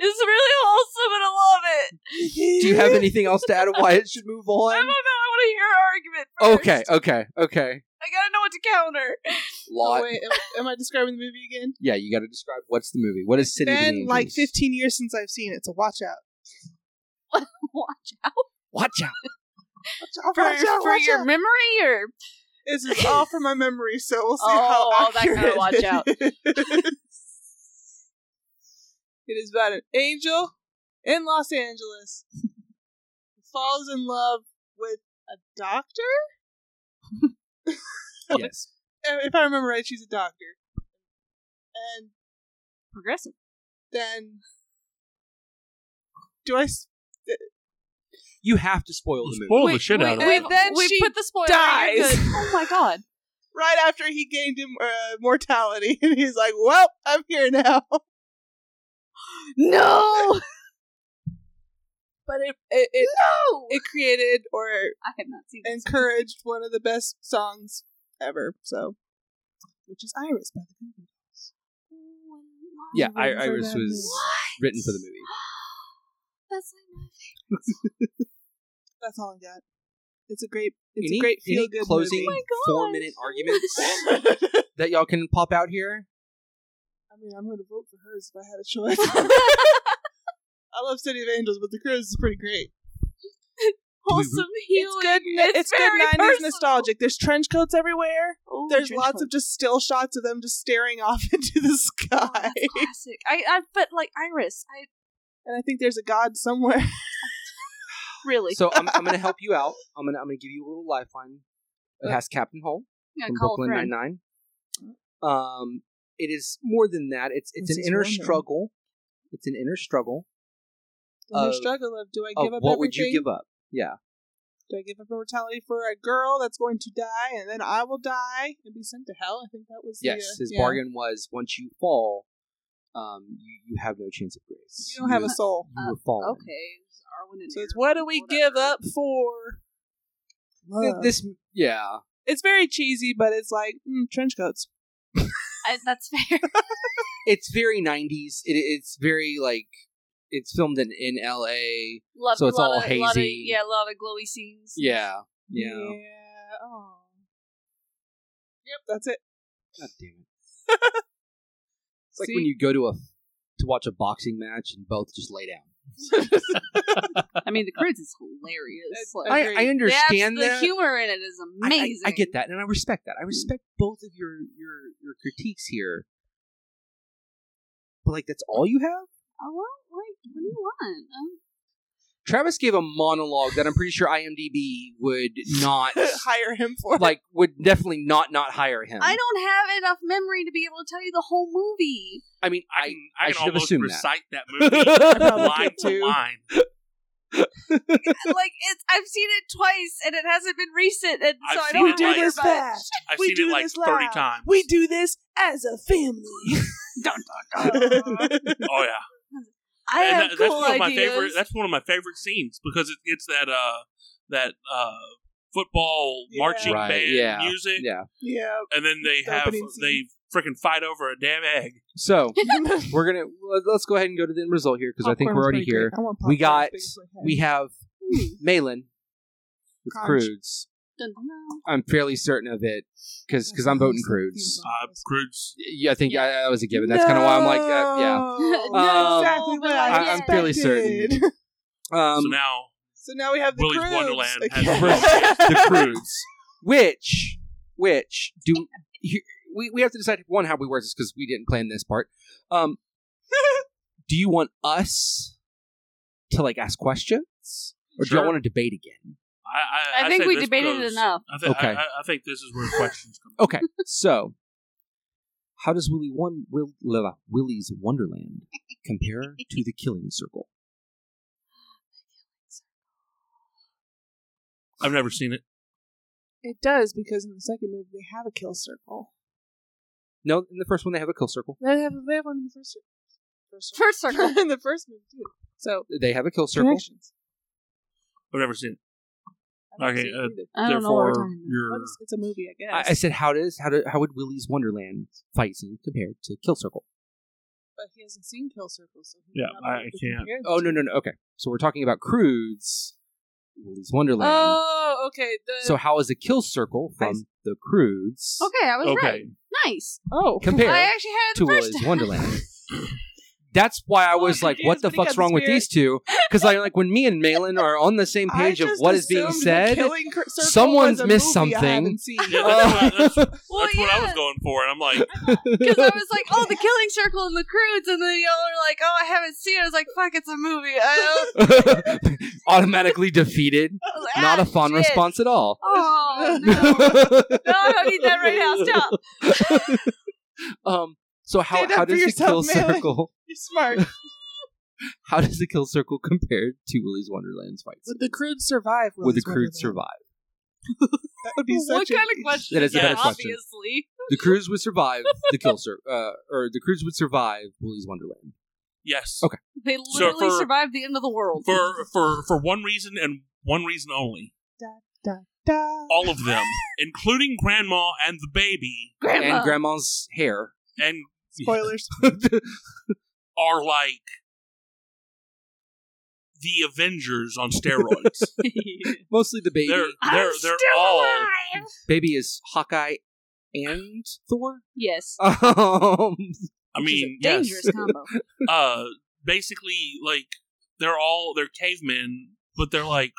[SPEAKER 1] It's really wholesome and I love it.
[SPEAKER 4] Do you have anything else to add on why it should
[SPEAKER 5] [LAUGHS]
[SPEAKER 4] move
[SPEAKER 1] I
[SPEAKER 4] on?
[SPEAKER 1] don't know. I want to hear her argument first.
[SPEAKER 4] Okay, okay, okay.
[SPEAKER 1] I gotta know what to counter. [LAUGHS]
[SPEAKER 4] Lot.
[SPEAKER 5] Oh, wait, am, am I describing the movie again?
[SPEAKER 4] Yeah, you got to describe what's the movie. What is City of the
[SPEAKER 5] Been
[SPEAKER 4] Angels?
[SPEAKER 5] like 15 years since I've seen it, so watch out.
[SPEAKER 1] Watch
[SPEAKER 4] Watch
[SPEAKER 5] [LAUGHS]
[SPEAKER 4] out!
[SPEAKER 5] Watch out,
[SPEAKER 1] for,
[SPEAKER 5] watch out,
[SPEAKER 1] for
[SPEAKER 5] watch
[SPEAKER 1] your
[SPEAKER 5] out.
[SPEAKER 1] memory or
[SPEAKER 5] This is all from my memory, so we'll see
[SPEAKER 1] Oh,
[SPEAKER 5] how
[SPEAKER 1] all that kinda
[SPEAKER 5] accurate
[SPEAKER 1] watch
[SPEAKER 5] [LAUGHS] it
[SPEAKER 1] out.
[SPEAKER 5] is. it is about an angel in Los Angeles who falls in love with a doctor.
[SPEAKER 4] yes,
[SPEAKER 5] Uh, If I remember right, she's a doctor, and
[SPEAKER 1] progressive.
[SPEAKER 5] then do I s-
[SPEAKER 4] you have to spoil the movie.
[SPEAKER 3] Spoil
[SPEAKER 1] Wait,
[SPEAKER 3] the shit
[SPEAKER 1] wait,
[SPEAKER 3] out of
[SPEAKER 5] wait,
[SPEAKER 3] it.
[SPEAKER 1] we've,
[SPEAKER 5] And then
[SPEAKER 1] we've
[SPEAKER 5] she
[SPEAKER 1] put the spoiler.
[SPEAKER 5] dies.
[SPEAKER 1] in the- Oh my god.
[SPEAKER 5] right after he gained him uh, mortality, [LAUGHS] and he's like, "Well, I'm here now."
[SPEAKER 1] No.
[SPEAKER 5] [LAUGHS] But it it it,
[SPEAKER 1] No.
[SPEAKER 5] it created or
[SPEAKER 1] Oh! I have not seen this.
[SPEAKER 5] encouraged one of the best songs ever. So, which is Iris by the Goo Goo Dolls.
[SPEAKER 4] Yeah, I,
[SPEAKER 5] Waiting for
[SPEAKER 4] Iris
[SPEAKER 5] that
[SPEAKER 4] was
[SPEAKER 5] movie.
[SPEAKER 4] written for the movie.
[SPEAKER 1] That's
[SPEAKER 4] [LAUGHS]
[SPEAKER 1] like my favorite.
[SPEAKER 5] That's all I got. It's a great. [GASPS] It's
[SPEAKER 4] any,
[SPEAKER 5] a great
[SPEAKER 4] any
[SPEAKER 5] feel good
[SPEAKER 4] closing
[SPEAKER 5] Movie.
[SPEAKER 1] my
[SPEAKER 5] Oh
[SPEAKER 4] four minute arguments
[SPEAKER 5] [LAUGHS]
[SPEAKER 4] that y'all can pop out here?
[SPEAKER 5] I mean, I'm going to vote for hers if I had a
[SPEAKER 1] [LAUGHS]
[SPEAKER 5] choice. I love City of Angels, but The Cruise is pretty great.
[SPEAKER 1] Wholesome
[SPEAKER 5] It's
[SPEAKER 1] healing.
[SPEAKER 5] good. It's, good
[SPEAKER 1] very
[SPEAKER 5] 90s
[SPEAKER 1] personal.
[SPEAKER 5] nostalgic. There's trench coats everywhere.
[SPEAKER 1] Oh,
[SPEAKER 5] There's
[SPEAKER 1] trench
[SPEAKER 5] lots
[SPEAKER 1] coat.
[SPEAKER 5] of just still shots of them just staring off [LAUGHS] into the
[SPEAKER 1] Oh,
[SPEAKER 5] sky.
[SPEAKER 1] that's classic. I, I but like Iris, I
[SPEAKER 5] and I think there's a god somewhere.
[SPEAKER 1] really
[SPEAKER 4] So I'm, I'm
[SPEAKER 5] [LAUGHS]
[SPEAKER 4] going to help you out. I'm going to I'm going to give you a little lifeline. It has Captain Hole
[SPEAKER 1] I'm
[SPEAKER 4] from
[SPEAKER 1] gonna call
[SPEAKER 4] Brooklyn
[SPEAKER 1] a
[SPEAKER 4] Nine
[SPEAKER 1] friend.
[SPEAKER 4] Nine. Um, it is more than that. It's it's
[SPEAKER 5] This
[SPEAKER 4] an
[SPEAKER 5] is
[SPEAKER 4] inner
[SPEAKER 5] wonderful.
[SPEAKER 4] struggle. It's an inner struggle
[SPEAKER 5] And their
[SPEAKER 4] Of-
[SPEAKER 5] struggle of do I
[SPEAKER 4] of
[SPEAKER 5] give up
[SPEAKER 4] what
[SPEAKER 5] everything?
[SPEAKER 4] would you give up? Yeah,
[SPEAKER 5] Do I give up immortality for a girl that's going to die, and then I will die and be sent to hell? I think that was
[SPEAKER 4] yes.
[SPEAKER 5] The, uh,
[SPEAKER 4] His
[SPEAKER 5] yeah.
[SPEAKER 4] bargain was once you fall, um, you, you have no chance of grace.
[SPEAKER 5] You don't have
[SPEAKER 4] you,
[SPEAKER 5] a soul,
[SPEAKER 4] you were fallen.
[SPEAKER 1] Okay. it's Arwen and
[SPEAKER 5] so it's
[SPEAKER 1] Aaron,
[SPEAKER 5] what do we
[SPEAKER 1] whatever.
[SPEAKER 5] give up for?
[SPEAKER 4] Th-
[SPEAKER 5] Love.
[SPEAKER 4] This yeah.
[SPEAKER 5] it's very cheesy, but it's like mm, trench coats.
[SPEAKER 1] I, that's fair. [LAUGHS]
[SPEAKER 4] It's very 90s. It, it's very like it's filmed in in LA.
[SPEAKER 1] Lot-
[SPEAKER 4] So it's
[SPEAKER 1] lot
[SPEAKER 4] all
[SPEAKER 1] of, lot of-
[SPEAKER 4] hazy.
[SPEAKER 1] yeah, a lot of glowy scenes.
[SPEAKER 4] Yeah. Yeah.
[SPEAKER 5] Oh. Yep, that's it.
[SPEAKER 4] God damn it. It's like when you go to a to watch a boxing match and both just lay down.
[SPEAKER 1] I
[SPEAKER 4] [LAUGHS]
[SPEAKER 1] mean, the cruise is hilarious.
[SPEAKER 5] That's-
[SPEAKER 1] Like,
[SPEAKER 5] I- I Agreed.
[SPEAKER 4] understand
[SPEAKER 1] that's,
[SPEAKER 4] that.
[SPEAKER 1] The humor in it is
[SPEAKER 4] I- I-
[SPEAKER 1] amazing. Mm-hmm.
[SPEAKER 4] I, get that, and I respect that. I respect both of your your your critiques here. But like, that's all you have.
[SPEAKER 1] Oh, well, like, what do you want? Um,
[SPEAKER 4] Travis gave a monologue that I'm pretty sure IMDb would
[SPEAKER 1] [LAUGHS]
[SPEAKER 4] not
[SPEAKER 5] [LAUGHS] Hire him for.
[SPEAKER 4] like would definitely not not hire him.
[SPEAKER 1] I don't have enough memory to be able to tell you the whole movie. [LAUGHS]
[SPEAKER 4] I mean,
[SPEAKER 3] I
[SPEAKER 4] I
[SPEAKER 3] can, I,
[SPEAKER 4] I
[SPEAKER 3] can
[SPEAKER 4] should've
[SPEAKER 3] almost
[SPEAKER 4] assumed that.
[SPEAKER 3] recite that, movie line to
[SPEAKER 5] too.
[SPEAKER 3] line.
[SPEAKER 1] like, it's I've seen it twice, and it hasn't been recent, and
[SPEAKER 3] I've
[SPEAKER 1] so I
[SPEAKER 3] seen
[SPEAKER 1] don't
[SPEAKER 5] we
[SPEAKER 1] have to
[SPEAKER 3] it
[SPEAKER 5] do
[SPEAKER 3] like-
[SPEAKER 1] worry
[SPEAKER 5] this
[SPEAKER 1] about it.
[SPEAKER 5] fast.
[SPEAKER 3] I've
[SPEAKER 5] We
[SPEAKER 3] seen
[SPEAKER 5] do
[SPEAKER 3] it like
[SPEAKER 5] this
[SPEAKER 3] thirty
[SPEAKER 5] live.
[SPEAKER 3] times.
[SPEAKER 5] We do this as a [LAUGHS] family.
[SPEAKER 1] Dun, dun, dun.
[SPEAKER 5] That's
[SPEAKER 3] Oh yeah.
[SPEAKER 1] I
[SPEAKER 3] And
[SPEAKER 1] have
[SPEAKER 3] that-
[SPEAKER 1] cool
[SPEAKER 3] one of my
[SPEAKER 1] ideas.
[SPEAKER 3] favorite. That's one of my favorite scenes because it gets that uh that uh football
[SPEAKER 5] Yeah.
[SPEAKER 3] marching
[SPEAKER 4] Right,
[SPEAKER 3] band
[SPEAKER 4] yeah,
[SPEAKER 3] music,
[SPEAKER 4] [LAUGHS] Yeah.
[SPEAKER 5] yeah. [LAUGHS]
[SPEAKER 3] and then they
[SPEAKER 5] The
[SPEAKER 3] have
[SPEAKER 5] opening
[SPEAKER 3] they
[SPEAKER 5] scene.
[SPEAKER 3] freaking fight over a damn egg.
[SPEAKER 4] So we're gonna let's go ahead and go to the end result here because I think we're already here. We got we have Malin with
[SPEAKER 5] Crunch.
[SPEAKER 4] Crudes.
[SPEAKER 1] Hmm. Dun, dun, dun.
[SPEAKER 4] I'm fairly certain of it because I'm voting Crudes.
[SPEAKER 3] Uh, Crudes.
[SPEAKER 4] Yeah, I think I, that was a given. That's kind of why I'm like, uh, yeah.
[SPEAKER 5] [LAUGHS] That's
[SPEAKER 4] Um,
[SPEAKER 5] exactly what
[SPEAKER 1] I-
[SPEAKER 5] I,
[SPEAKER 1] I'm
[SPEAKER 4] fairly
[SPEAKER 5] expected.
[SPEAKER 4] certain. Um,
[SPEAKER 3] so now
[SPEAKER 5] [LAUGHS] So now we have the
[SPEAKER 3] Willy's
[SPEAKER 5] cruise. [LAUGHS]
[SPEAKER 3] Wonderland
[SPEAKER 5] Okay.
[SPEAKER 3] has
[SPEAKER 4] the Crudes, [LAUGHS] which which do here- we we have to decide one how we word this because we didn't plan this part. Um, [LAUGHS] do you want us to like ask questions, or do
[SPEAKER 3] Sure.
[SPEAKER 4] you want to debate again?
[SPEAKER 3] I, I,
[SPEAKER 1] I think
[SPEAKER 3] say
[SPEAKER 1] we
[SPEAKER 3] this
[SPEAKER 1] debated it
[SPEAKER 3] goes-
[SPEAKER 1] enough.
[SPEAKER 3] I, think
[SPEAKER 4] Okay.
[SPEAKER 3] I, I- I think this is where questions come.
[SPEAKER 4] Okay, so how does Willy One Will, Willy's Wonderland compare to the Killing Circle?
[SPEAKER 3] I've never seen it.
[SPEAKER 5] [LAUGHS] It does because in the second movie they have a kill circle.
[SPEAKER 4] No, in the first one they have a kill circle.
[SPEAKER 5] They have they have one in the first first, circle.
[SPEAKER 1] First circle.
[SPEAKER 5] [LAUGHS] in the first movie too. So
[SPEAKER 4] They have a kill circle.
[SPEAKER 5] connections.
[SPEAKER 3] I've never seen it.
[SPEAKER 5] I don't
[SPEAKER 3] Okay,
[SPEAKER 5] see it
[SPEAKER 3] uh,
[SPEAKER 5] either.
[SPEAKER 1] I don't know what we're
[SPEAKER 3] Therefore,
[SPEAKER 1] talking about.
[SPEAKER 3] you're
[SPEAKER 5] What is- it's a movie, I
[SPEAKER 4] I,
[SPEAKER 5] guess.
[SPEAKER 4] I said, how does how do, how would Willy's Wonderland fight scene compared to Kill Circle?
[SPEAKER 5] but he hasn't seen Kill Circle, so he
[SPEAKER 3] Yeah,
[SPEAKER 5] cannot
[SPEAKER 3] I-
[SPEAKER 5] really
[SPEAKER 3] I can't.
[SPEAKER 5] compare the
[SPEAKER 4] Oh
[SPEAKER 5] two.
[SPEAKER 4] no no no. Okay, so we're talking about Crude's Willy's Wonderland.
[SPEAKER 5] Oh, okay. The,
[SPEAKER 4] so how is a Kill Circle
[SPEAKER 5] I
[SPEAKER 4] from
[SPEAKER 5] s-
[SPEAKER 4] the Crude's
[SPEAKER 1] Oh, Okay, I was
[SPEAKER 3] okay.
[SPEAKER 1] right. Nice.
[SPEAKER 5] oh,
[SPEAKER 4] compared
[SPEAKER 1] I actually had it
[SPEAKER 4] to
[SPEAKER 1] the first
[SPEAKER 4] Willy's
[SPEAKER 1] time.
[SPEAKER 5] [LAUGHS]
[SPEAKER 4] Wonderland? That's why
[SPEAKER 5] Oh,
[SPEAKER 4] I was like, what
[SPEAKER 5] confused,
[SPEAKER 4] the
[SPEAKER 5] but he
[SPEAKER 4] fuck's
[SPEAKER 5] got
[SPEAKER 4] wrong with
[SPEAKER 5] spirit. [LAUGHS]
[SPEAKER 4] these two? Because I like when me and Malin are on the same
[SPEAKER 5] I
[SPEAKER 4] page of
[SPEAKER 5] just
[SPEAKER 4] what is being
[SPEAKER 5] assumed that
[SPEAKER 4] said.
[SPEAKER 5] Killing [LAUGHS] Cir- Circle
[SPEAKER 4] someone's
[SPEAKER 5] was a
[SPEAKER 4] missed
[SPEAKER 5] movie I
[SPEAKER 4] something.
[SPEAKER 5] haven't seen.
[SPEAKER 1] [LAUGHS]
[SPEAKER 5] [LAUGHS]
[SPEAKER 3] Yeah, that's, what, I- that's, that's
[SPEAKER 1] Well, yeah.
[SPEAKER 3] what I was going for, and I'm like,
[SPEAKER 1] Because I was like, oh, the Killing Circle and the Crudes, and then y'all are like, oh, I haven't seen it. I was like, fuck, it's a movie. I
[SPEAKER 4] [LAUGHS] Automatically defeated.
[SPEAKER 1] don't.
[SPEAKER 4] [LAUGHS] Not
[SPEAKER 1] Ah,
[SPEAKER 4] a fun
[SPEAKER 1] shit.
[SPEAKER 4] response at all.
[SPEAKER 1] Oh
[SPEAKER 4] [LAUGHS]
[SPEAKER 1] no! no, I don't need that right now. Stop.
[SPEAKER 4] um. So how
[SPEAKER 5] Stand up
[SPEAKER 4] how
[SPEAKER 5] for
[SPEAKER 4] does the
[SPEAKER 5] yourself,
[SPEAKER 4] kill
[SPEAKER 5] Malin.
[SPEAKER 4] circle?
[SPEAKER 5] You're smart.
[SPEAKER 4] How does the kill circle compare to Willy's Wonderland's fights?
[SPEAKER 5] Would the crude survive?
[SPEAKER 4] Would the
[SPEAKER 5] Willy's
[SPEAKER 4] crude
[SPEAKER 5] Wonderland?
[SPEAKER 4] survive?
[SPEAKER 5] That would be
[SPEAKER 1] what
[SPEAKER 5] such a-
[SPEAKER 1] kind of
[SPEAKER 5] [LAUGHS]
[SPEAKER 1] question?
[SPEAKER 4] That is a
[SPEAKER 1] yeah,
[SPEAKER 4] better question.
[SPEAKER 1] obviously.
[SPEAKER 4] The crudes would survive the kill cir- uh, or the crudes would survive Willy's Wonderland.
[SPEAKER 3] yes.
[SPEAKER 4] Okay.
[SPEAKER 1] [LAUGHS] They literally
[SPEAKER 3] for-
[SPEAKER 1] survived the end of the world.
[SPEAKER 3] For for for one reason and one reason only.
[SPEAKER 5] Da.
[SPEAKER 3] All of them, including grandma and the baby,
[SPEAKER 1] [LAUGHS] Grandma. [LAUGHS]
[SPEAKER 4] And grandma's hair. [LAUGHS]
[SPEAKER 3] and
[SPEAKER 5] Spoilers.
[SPEAKER 3] are like the Avengers
[SPEAKER 4] [LAUGHS]
[SPEAKER 3] on steroids.
[SPEAKER 4] Mostly the baby.
[SPEAKER 3] they're
[SPEAKER 1] I'm
[SPEAKER 3] they're
[SPEAKER 1] still
[SPEAKER 3] they're all
[SPEAKER 1] alive.
[SPEAKER 4] Baby is Hawkeye [LAUGHS] and Thor.
[SPEAKER 1] Yes.
[SPEAKER 4] Um,
[SPEAKER 3] I
[SPEAKER 1] Which is a
[SPEAKER 3] mean, yes. [LAUGHS]
[SPEAKER 1] dangerous combo.
[SPEAKER 3] Uh, basically, like they're all they're cavemen, but they're like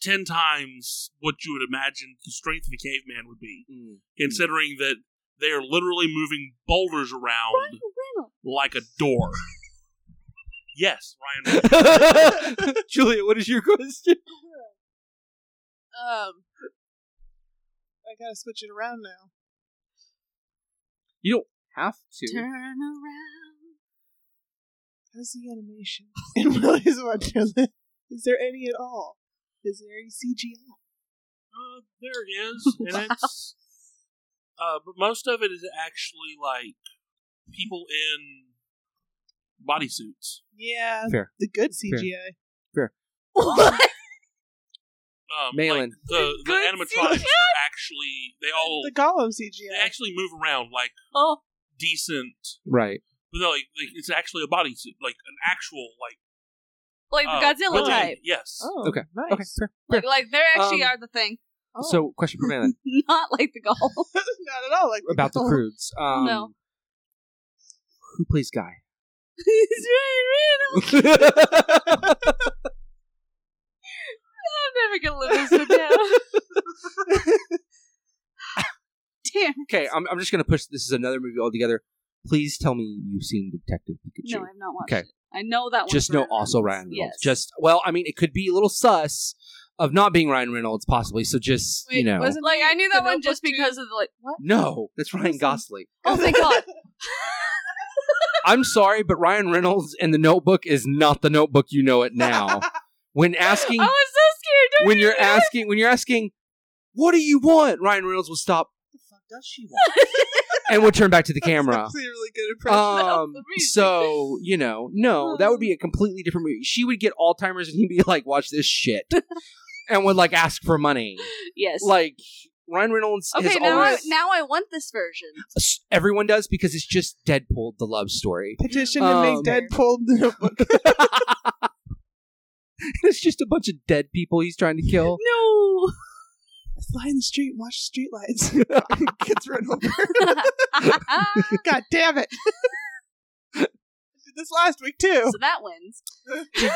[SPEAKER 3] ten times what you would imagine the strength of a caveman would be,
[SPEAKER 4] Hmm.
[SPEAKER 3] considering that they are literally moving
[SPEAKER 1] [LAUGHS]
[SPEAKER 3] boulders around like a door. yes, Ryan. Reynolds.
[SPEAKER 4] [LAUGHS] Julia, what is your question? [LAUGHS]
[SPEAKER 5] Um, I gotta switch it around now.
[SPEAKER 4] You don't have to.
[SPEAKER 1] Turn around.
[SPEAKER 5] How's the animation [LAUGHS] in Willy's Wonderland? Is there any at all? Is there any CGI?
[SPEAKER 3] Uh, there it is,
[SPEAKER 1] [LAUGHS]
[SPEAKER 3] and it's. Uh, but most of it is actually like people in bodysuits.
[SPEAKER 5] Yeah,
[SPEAKER 4] Fair.
[SPEAKER 5] the good CGI.
[SPEAKER 1] What?
[SPEAKER 3] Um,
[SPEAKER 4] Malin.
[SPEAKER 3] like, the the
[SPEAKER 1] Good
[SPEAKER 3] animatronics
[SPEAKER 1] CGI.
[SPEAKER 3] are actually they all
[SPEAKER 4] Oh.
[SPEAKER 5] The Gollum
[SPEAKER 3] they
[SPEAKER 5] CGI.
[SPEAKER 3] actually move around like
[SPEAKER 1] [LAUGHS] Oh,
[SPEAKER 3] decent.
[SPEAKER 4] Right.
[SPEAKER 3] But they're like, like, it's actually a bodysuit, like an actual like
[SPEAKER 1] like the
[SPEAKER 3] uh,
[SPEAKER 1] Godzilla
[SPEAKER 3] really-
[SPEAKER 1] type.
[SPEAKER 3] Yes,
[SPEAKER 5] Oh,
[SPEAKER 4] Okay.
[SPEAKER 5] Nice.
[SPEAKER 4] Okay. Fair.
[SPEAKER 1] Like, like they actually
[SPEAKER 4] Um,
[SPEAKER 1] are the thing, [LAUGHS]
[SPEAKER 5] Oh.
[SPEAKER 4] So, question for Malin
[SPEAKER 1] not like the
[SPEAKER 4] [LAUGHS]
[SPEAKER 1] [LAUGHS] Gaul.
[SPEAKER 5] [LAUGHS] not at all like
[SPEAKER 1] [LAUGHS]
[SPEAKER 4] about
[SPEAKER 5] [LAUGHS]
[SPEAKER 4] the
[SPEAKER 5] Gollum.
[SPEAKER 4] Crudes. Um,
[SPEAKER 1] Oh. No.
[SPEAKER 4] Who plays
[SPEAKER 1] [LAUGHS]
[SPEAKER 4] Guy?
[SPEAKER 1] It's really random. I'm never gonna live this one down. Damn.
[SPEAKER 4] okay, I'm, I'm just gonna push. This is another movie altogether. Please tell me you've seen Detective Pikachu.
[SPEAKER 1] No, I've not watched
[SPEAKER 4] Okay.
[SPEAKER 1] it. I know that one.
[SPEAKER 4] just
[SPEAKER 1] for
[SPEAKER 4] know also Ryan Reynolds.
[SPEAKER 1] Yes.
[SPEAKER 4] Just well, I mean, it could be a little sus of not being Ryan Reynolds, possibly. So just you
[SPEAKER 5] Wait,
[SPEAKER 4] know,
[SPEAKER 5] wasn't
[SPEAKER 1] like I knew that
[SPEAKER 5] The
[SPEAKER 1] one just
[SPEAKER 5] Notebook too?
[SPEAKER 1] because of the like
[SPEAKER 4] [LAUGHS]
[SPEAKER 1] what?
[SPEAKER 4] no, that's Ryan Gosling.
[SPEAKER 1] Oh thank God.
[SPEAKER 4] I'm sorry, but Ryan Reynolds and The Notebook is not The Notebook you know it
[SPEAKER 1] [LAUGHS]
[SPEAKER 4] now. when asking,
[SPEAKER 1] Oh, I was so scared. Don't
[SPEAKER 4] when
[SPEAKER 1] you
[SPEAKER 4] you're
[SPEAKER 1] know?
[SPEAKER 4] asking, when you're asking, what do you want? Ryan Reynolds will stop
[SPEAKER 5] the fuck does she want?
[SPEAKER 4] and will turn
[SPEAKER 1] [LAUGHS]
[SPEAKER 4] back to the [LAUGHS] camera.
[SPEAKER 5] That's actually a really good impression.
[SPEAKER 4] Um,
[SPEAKER 1] the reason.
[SPEAKER 4] so you know, no, that would be a completely different movie. She would get Alzheimer's and he'd be like, "Watch
[SPEAKER 1] [LAUGHS]
[SPEAKER 4] this shit," and would like ask for money.
[SPEAKER 1] Yes.
[SPEAKER 4] like Ryan Reynolds
[SPEAKER 1] okay,
[SPEAKER 4] has
[SPEAKER 1] now I,
[SPEAKER 4] always
[SPEAKER 1] now I want this
[SPEAKER 4] [LAUGHS]
[SPEAKER 1] version.
[SPEAKER 4] S- everyone does because it's just Deadpool the love story. [LAUGHS]
[SPEAKER 5] Petition
[SPEAKER 4] Um,
[SPEAKER 5] to make Deadpool the notebook.
[SPEAKER 4] it's just a bunch of dead people he's trying to
[SPEAKER 5] [LAUGHS]
[SPEAKER 4] kill.
[SPEAKER 1] [LAUGHS] No.
[SPEAKER 5] [LAUGHS] Fly in the street and watch the streetlights. Gets run over.
[SPEAKER 1] so
[SPEAKER 5] [LAUGHS] God damn it. I did this last week too.
[SPEAKER 1] that wins.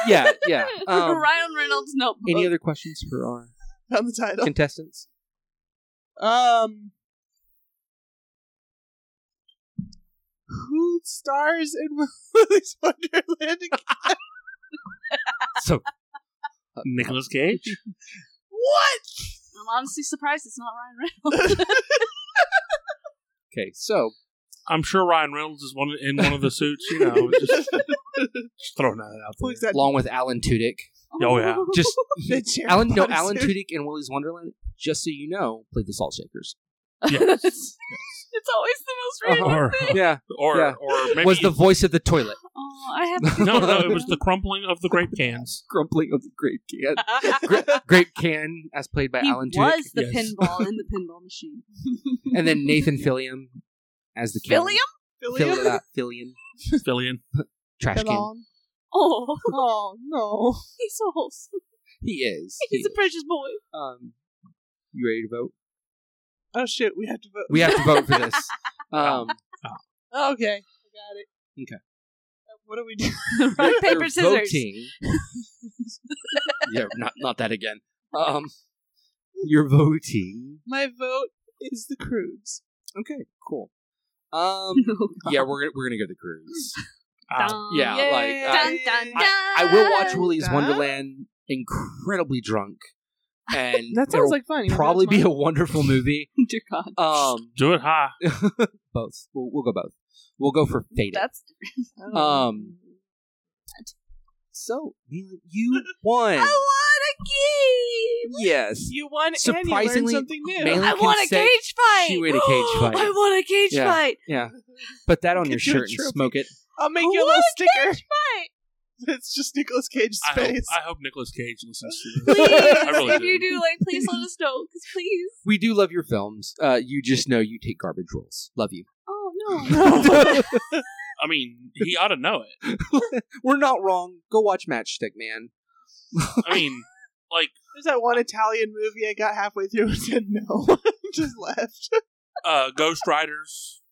[SPEAKER 4] [LAUGHS] yeah,
[SPEAKER 1] [LAUGHS]
[SPEAKER 4] yeah. Um,
[SPEAKER 1] Ryan Reynolds notebook.
[SPEAKER 4] any other questions for our
[SPEAKER 5] On the
[SPEAKER 1] [LAUGHS]
[SPEAKER 5] title.
[SPEAKER 4] contestants?
[SPEAKER 5] Um Who stars in [LAUGHS] Willy's Wonderland? again?
[SPEAKER 4] So
[SPEAKER 3] Nicholas Cage.
[SPEAKER 5] what?
[SPEAKER 1] I'm honestly surprised it's not Ryan Reynolds.
[SPEAKER 4] okay, so
[SPEAKER 3] [LAUGHS] I'm sure Ryan Reynolds
[SPEAKER 1] [LAUGHS]
[SPEAKER 3] is one in one of the suits. You know, just, just throwing that out
[SPEAKER 5] Who's
[SPEAKER 3] there.
[SPEAKER 5] that?
[SPEAKER 4] along with Alan Tudyk,
[SPEAKER 1] [LAUGHS]
[SPEAKER 3] Oh, yeah.
[SPEAKER 4] Just
[SPEAKER 5] [LAUGHS] The cherry
[SPEAKER 4] Alan, no,
[SPEAKER 5] blossom.
[SPEAKER 4] Alan Tudyk and Willy's Wonderland. Just so you know, played the
[SPEAKER 1] [LAUGHS]
[SPEAKER 4] Salt Shakers.
[SPEAKER 3] Yes.
[SPEAKER 1] it's always the most
[SPEAKER 3] [LAUGHS]
[SPEAKER 1] random
[SPEAKER 3] Or-
[SPEAKER 1] thing.
[SPEAKER 4] Yeah,
[SPEAKER 3] or
[SPEAKER 4] Yeah.
[SPEAKER 3] or maybe
[SPEAKER 4] was the [LAUGHS] voice of the toilet
[SPEAKER 1] [LAUGHS] Oh, I have to
[SPEAKER 3] [LAUGHS] no, no,
[SPEAKER 1] [LAUGHS]
[SPEAKER 3] it
[SPEAKER 4] [LAUGHS]
[SPEAKER 3] was the crumpling of the grape cans.
[SPEAKER 4] grumbling of the grape [LAUGHS] can. grape can, as played by
[SPEAKER 1] he
[SPEAKER 4] Alan Tudyk,
[SPEAKER 1] was the
[SPEAKER 3] yes.
[SPEAKER 1] pinball in the pinball
[SPEAKER 4] [LAUGHS]
[SPEAKER 1] machine.
[SPEAKER 4] and then Nathan Fillion as the can.
[SPEAKER 1] William?
[SPEAKER 5] [LAUGHS] Philly.
[SPEAKER 4] Fillion, Fillion,
[SPEAKER 3] Fillion.
[SPEAKER 4] trash can.
[SPEAKER 5] Belong.
[SPEAKER 1] Oh, [LAUGHS]
[SPEAKER 5] Oh no!
[SPEAKER 1] he's so wholesome.
[SPEAKER 4] He is.
[SPEAKER 1] He's
[SPEAKER 4] He-
[SPEAKER 1] a precious
[SPEAKER 4] [LAUGHS]
[SPEAKER 1] boy.
[SPEAKER 4] um, you ready to vote?
[SPEAKER 5] Oh shit! We have to vote. Oh,
[SPEAKER 4] We have to vote for this. [LAUGHS] Um,
[SPEAKER 5] okay, I got it.
[SPEAKER 4] Okay.
[SPEAKER 5] Uh, What do we do?
[SPEAKER 1] Rock,
[SPEAKER 4] you're-
[SPEAKER 1] paper,
[SPEAKER 4] you're
[SPEAKER 1] scissors.
[SPEAKER 4] voting- yeah, not not that again. Um, you're voting.
[SPEAKER 5] My vote is the Croods.
[SPEAKER 4] Okay, cool.
[SPEAKER 1] [LAUGHS]
[SPEAKER 4] Um,
[SPEAKER 1] Oh,
[SPEAKER 4] yeah, we're gonna, we're gonna go to cruise.
[SPEAKER 3] Ah,
[SPEAKER 4] yeah,
[SPEAKER 5] Yay.
[SPEAKER 4] like, uh, I-
[SPEAKER 1] Dun, dun, dun.
[SPEAKER 4] I
[SPEAKER 1] [LAUGHS]
[SPEAKER 4] will watch Willy's
[SPEAKER 5] Dun.
[SPEAKER 4] Wonderland incredibly drunk, and
[SPEAKER 5] [LAUGHS] That
[SPEAKER 4] it'll
[SPEAKER 5] sounds like fun. You wanna
[SPEAKER 4] probably
[SPEAKER 5] go
[SPEAKER 4] be a
[SPEAKER 5] tomorrow? [LAUGHS]
[SPEAKER 4] wonderful movie.
[SPEAKER 1] Dear God.
[SPEAKER 4] Um,
[SPEAKER 3] do it high.
[SPEAKER 4] both. We'll, we'll go both. We'll go for Faded.
[SPEAKER 1] That's [LAUGHS]
[SPEAKER 5] Oh.
[SPEAKER 4] Um, so Neelan,
[SPEAKER 5] [LAUGHS]
[SPEAKER 4] you won.
[SPEAKER 1] I
[SPEAKER 4] yes,
[SPEAKER 5] Oh, you won. and you learned
[SPEAKER 4] surprisingly,
[SPEAKER 5] something new.
[SPEAKER 1] want a game.
[SPEAKER 4] Malin
[SPEAKER 1] I
[SPEAKER 4] can
[SPEAKER 1] want a
[SPEAKER 4] say
[SPEAKER 1] cage fight.
[SPEAKER 4] she made a
[SPEAKER 1] [GASPS]
[SPEAKER 4] cage fight.
[SPEAKER 1] I want a cage
[SPEAKER 4] Yeah. [LAUGHS]
[SPEAKER 1] fight.
[SPEAKER 4] yeah. Put that on your
[SPEAKER 5] [LAUGHS] Get you a
[SPEAKER 4] shirt and
[SPEAKER 5] trophy.
[SPEAKER 4] smoke it.
[SPEAKER 5] I'll make you a
[SPEAKER 1] What
[SPEAKER 5] little
[SPEAKER 1] a
[SPEAKER 5] sticker.
[SPEAKER 1] Fight.
[SPEAKER 5] [LAUGHS] It's just Nicolas Cage's
[SPEAKER 3] I hope,
[SPEAKER 5] face.
[SPEAKER 3] I hope Nicolas Cage listens to this.
[SPEAKER 1] Please,
[SPEAKER 3] I really
[SPEAKER 1] if you
[SPEAKER 3] do.
[SPEAKER 1] do, like, please let us know. Cause please.
[SPEAKER 4] We do love your films. Uh, you just know you take garbage roles. Love
[SPEAKER 5] [LAUGHS]
[SPEAKER 4] you. [LAUGHS]
[SPEAKER 1] Oh no.
[SPEAKER 4] We're
[SPEAKER 3] I mean, he ought to know it.
[SPEAKER 4] not wrong. Go watch Matchstick Man.
[SPEAKER 3] I mean, like
[SPEAKER 5] There's that one Italian movie I got halfway through and said no, [LAUGHS] just left.
[SPEAKER 3] uh, Ghost Riders,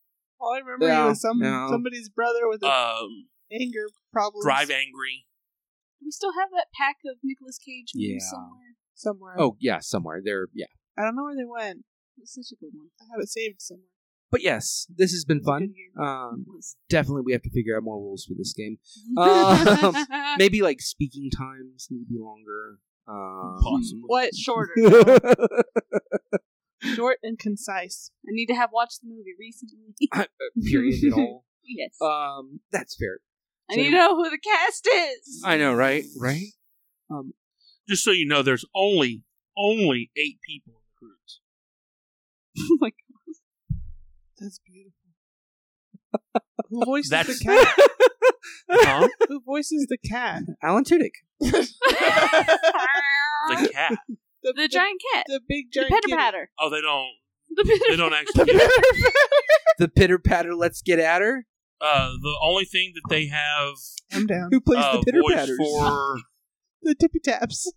[SPEAKER 5] All I remember
[SPEAKER 4] Yeah,
[SPEAKER 5] was some
[SPEAKER 4] yeah.
[SPEAKER 5] somebody's brother with an
[SPEAKER 3] um,
[SPEAKER 5] anger problem.
[SPEAKER 3] Drive Angry.
[SPEAKER 1] we still have that pack of Nicolas Cage movies
[SPEAKER 4] Yeah.
[SPEAKER 1] somewhere.
[SPEAKER 5] somewhere.
[SPEAKER 4] Oh yeah, somewhere there. Yeah,
[SPEAKER 5] I don't know where they went.
[SPEAKER 1] It's such a good one.
[SPEAKER 5] I have it saved somewhere.
[SPEAKER 4] but yes, this has been fun. Um, definitely, we have to figure out more rules for this game. [LAUGHS]
[SPEAKER 1] [LAUGHS]
[SPEAKER 4] Um, Maybe like speaking times need to be longer. Um,
[SPEAKER 3] Possibly.
[SPEAKER 5] What?
[SPEAKER 1] Shorter.
[SPEAKER 4] [LAUGHS]
[SPEAKER 5] Short and concise.
[SPEAKER 1] I need to have watched the movie
[SPEAKER 4] [LAUGHS]
[SPEAKER 1] recently.
[SPEAKER 4] Uh, period at all.
[SPEAKER 1] [LAUGHS] yes.
[SPEAKER 4] Um, that's fair.
[SPEAKER 1] I need to know who the cast is. [LAUGHS]
[SPEAKER 4] I know, right? Right?
[SPEAKER 3] Just so you know, there's only only eight people in the cruise.
[SPEAKER 1] oh
[SPEAKER 4] [LAUGHS]
[SPEAKER 1] [LAUGHS] my God.
[SPEAKER 5] That's beautiful.
[SPEAKER 4] [LAUGHS]
[SPEAKER 5] Who voices
[SPEAKER 3] That's-
[SPEAKER 5] the
[SPEAKER 3] [LAUGHS]
[SPEAKER 5] cat?
[SPEAKER 3] Huh?
[SPEAKER 5] Who voices the cat?
[SPEAKER 4] Alan Tudyk.
[SPEAKER 5] the,
[SPEAKER 3] the cat.
[SPEAKER 1] the giant cat.
[SPEAKER 5] the big
[SPEAKER 1] The
[SPEAKER 5] giant
[SPEAKER 1] pitter
[SPEAKER 5] kitty.
[SPEAKER 1] patter. [LAUGHS]
[SPEAKER 3] Oh, they don't.
[SPEAKER 1] The
[SPEAKER 3] They
[SPEAKER 1] pitter
[SPEAKER 3] don't actually. Get,
[SPEAKER 4] [LAUGHS] The pitter patter, let's get at her.
[SPEAKER 3] uh, the only thing that they have
[SPEAKER 5] I'm down.
[SPEAKER 4] Who plays
[SPEAKER 3] uh,
[SPEAKER 4] the pitter
[SPEAKER 3] voice
[SPEAKER 4] patters?
[SPEAKER 3] for
[SPEAKER 5] The tippy
[SPEAKER 1] [LAUGHS]
[SPEAKER 5] taps.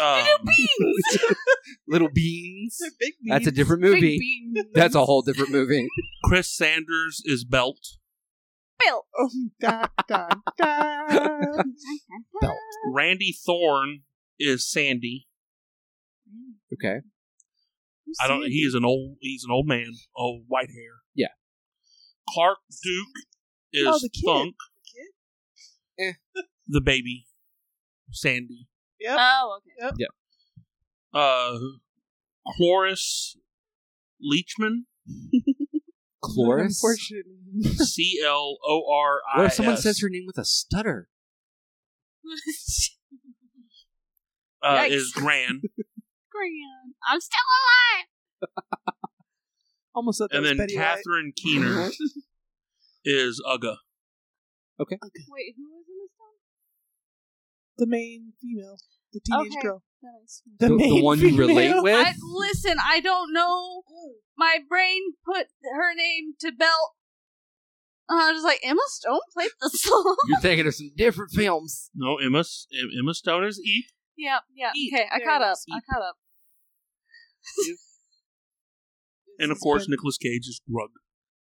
[SPEAKER 3] um,
[SPEAKER 4] [LAUGHS] Little beans.
[SPEAKER 5] They're [LAUGHS] big.
[SPEAKER 4] That's a
[SPEAKER 5] beans.
[SPEAKER 4] different
[SPEAKER 1] Big
[SPEAKER 4] movie.
[SPEAKER 1] bean.
[SPEAKER 4] That's a whole different movie.
[SPEAKER 3] Chris Sanders is Belt.
[SPEAKER 1] Bill.
[SPEAKER 5] Oh, da, da, da.
[SPEAKER 4] Belt.
[SPEAKER 3] Randy Thorne is Sandy.
[SPEAKER 4] [LAUGHS] Okay.
[SPEAKER 3] [LAUGHS] I don't. He is an old. He's an old man. Old white hair.
[SPEAKER 4] Yeah.
[SPEAKER 3] Clark Duke is
[SPEAKER 5] Oh, the kid.
[SPEAKER 3] Thunk. The
[SPEAKER 4] Eh.
[SPEAKER 3] [LAUGHS] The baby, Sandy.
[SPEAKER 5] Yep.
[SPEAKER 1] Oh, okay. [LAUGHS]
[SPEAKER 3] Uh, Cloris
[SPEAKER 5] [LAUGHS]
[SPEAKER 3] Leachman.
[SPEAKER 4] Cloris.
[SPEAKER 5] Unfortunately.
[SPEAKER 3] C L O R I.
[SPEAKER 4] What if someone says her name with a stutter?
[SPEAKER 3] uh,
[SPEAKER 1] Yikes.
[SPEAKER 3] is
[SPEAKER 5] [LAUGHS]
[SPEAKER 3] Gran,
[SPEAKER 1] Grand. I'm still alive.
[SPEAKER 5] Almost up
[SPEAKER 3] and then
[SPEAKER 5] Betty Uh-huh.
[SPEAKER 3] Catherine Keener [LAUGHS] is Uga.
[SPEAKER 1] Wait, who was in this one?
[SPEAKER 5] White. The main female. The teenage
[SPEAKER 1] Okay.
[SPEAKER 5] girl.
[SPEAKER 1] That makes sense.
[SPEAKER 5] The,
[SPEAKER 4] The, the
[SPEAKER 5] main
[SPEAKER 4] one
[SPEAKER 5] [LAUGHS]
[SPEAKER 4] you
[SPEAKER 5] female.
[SPEAKER 4] relate with?
[SPEAKER 1] I, listen, I don't know. My brain put her name to Belt. And I was like, Emma Stone played the song. [LAUGHS]
[SPEAKER 4] You're thinking of some different films.
[SPEAKER 3] No, Emma. S- Em- Emma Stone is E.
[SPEAKER 1] yeah, yeah.
[SPEAKER 5] Eat.
[SPEAKER 1] Okay, I
[SPEAKER 5] There
[SPEAKER 1] caught
[SPEAKER 5] it
[SPEAKER 1] up.
[SPEAKER 5] is.
[SPEAKER 1] I caught up.
[SPEAKER 3] And of
[SPEAKER 5] This
[SPEAKER 3] course,
[SPEAKER 5] has been
[SPEAKER 3] Nicolas Cage is
[SPEAKER 5] [LAUGHS]
[SPEAKER 3] Grug.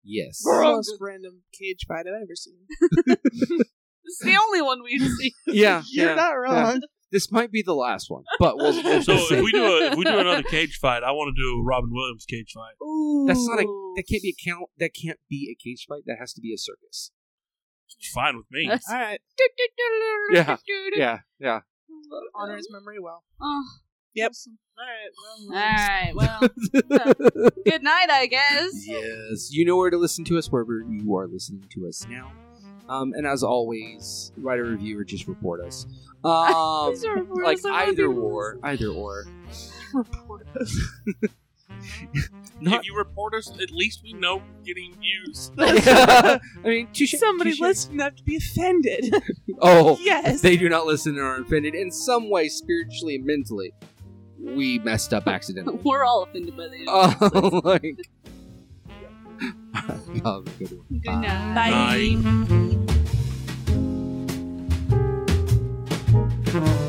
[SPEAKER 4] Yes.
[SPEAKER 5] the most random cage fight I've ever seen.
[SPEAKER 1] This is the only one
[SPEAKER 4] [LAUGHS]
[SPEAKER 1] we've seen.
[SPEAKER 4] [LAUGHS] Yeah.
[SPEAKER 5] [LAUGHS] You're
[SPEAKER 4] yeah.
[SPEAKER 5] not wrong. [LAUGHS]
[SPEAKER 4] This might be the last one, but we'll, [LAUGHS] we'll
[SPEAKER 3] So
[SPEAKER 4] we'll see.
[SPEAKER 3] if we do a, if we do another cage fight, I want to do a Robin Williams cage fight.
[SPEAKER 5] Ooh.
[SPEAKER 4] That's not a- that can't be a count. That can't be a cage fight. That has to be a circus.
[SPEAKER 3] fine with me.
[SPEAKER 1] That's- [LAUGHS]
[SPEAKER 5] All right.
[SPEAKER 4] Yeah, Yeah, yeah.
[SPEAKER 5] Honor
[SPEAKER 4] [LAUGHS]
[SPEAKER 5] his memory well.
[SPEAKER 1] Oh,
[SPEAKER 5] Yep.
[SPEAKER 1] awesome.
[SPEAKER 5] All right.
[SPEAKER 1] All right. Well, [LAUGHS] good night, I
[SPEAKER 4] [LAUGHS]
[SPEAKER 1] [LAUGHS] guess.
[SPEAKER 4] yes, you know where to listen to us wherever you are listening to us now. Um, and as always, write a review or just report us. Um,
[SPEAKER 1] These are reporters
[SPEAKER 4] like
[SPEAKER 1] that were
[SPEAKER 4] either
[SPEAKER 1] people.
[SPEAKER 4] or, either or. [LAUGHS]
[SPEAKER 5] Report us.
[SPEAKER 4] Not-
[SPEAKER 3] if you report us, at least we know we're getting views.
[SPEAKER 4] I mean, touche,
[SPEAKER 5] Somebody
[SPEAKER 4] touche.
[SPEAKER 5] listening have to be offended.
[SPEAKER 4] Oh,
[SPEAKER 5] [LAUGHS] yes.
[SPEAKER 4] they do not listen and are offended in some way, spiritually and mentally. We messed
[SPEAKER 1] [LAUGHS]
[SPEAKER 4] up accidentally. [LAUGHS]
[SPEAKER 1] We're all offended by the internet.
[SPEAKER 4] Oh, like. [LAUGHS] Oh, good one.
[SPEAKER 1] Good night.
[SPEAKER 5] Bye.
[SPEAKER 3] Bye.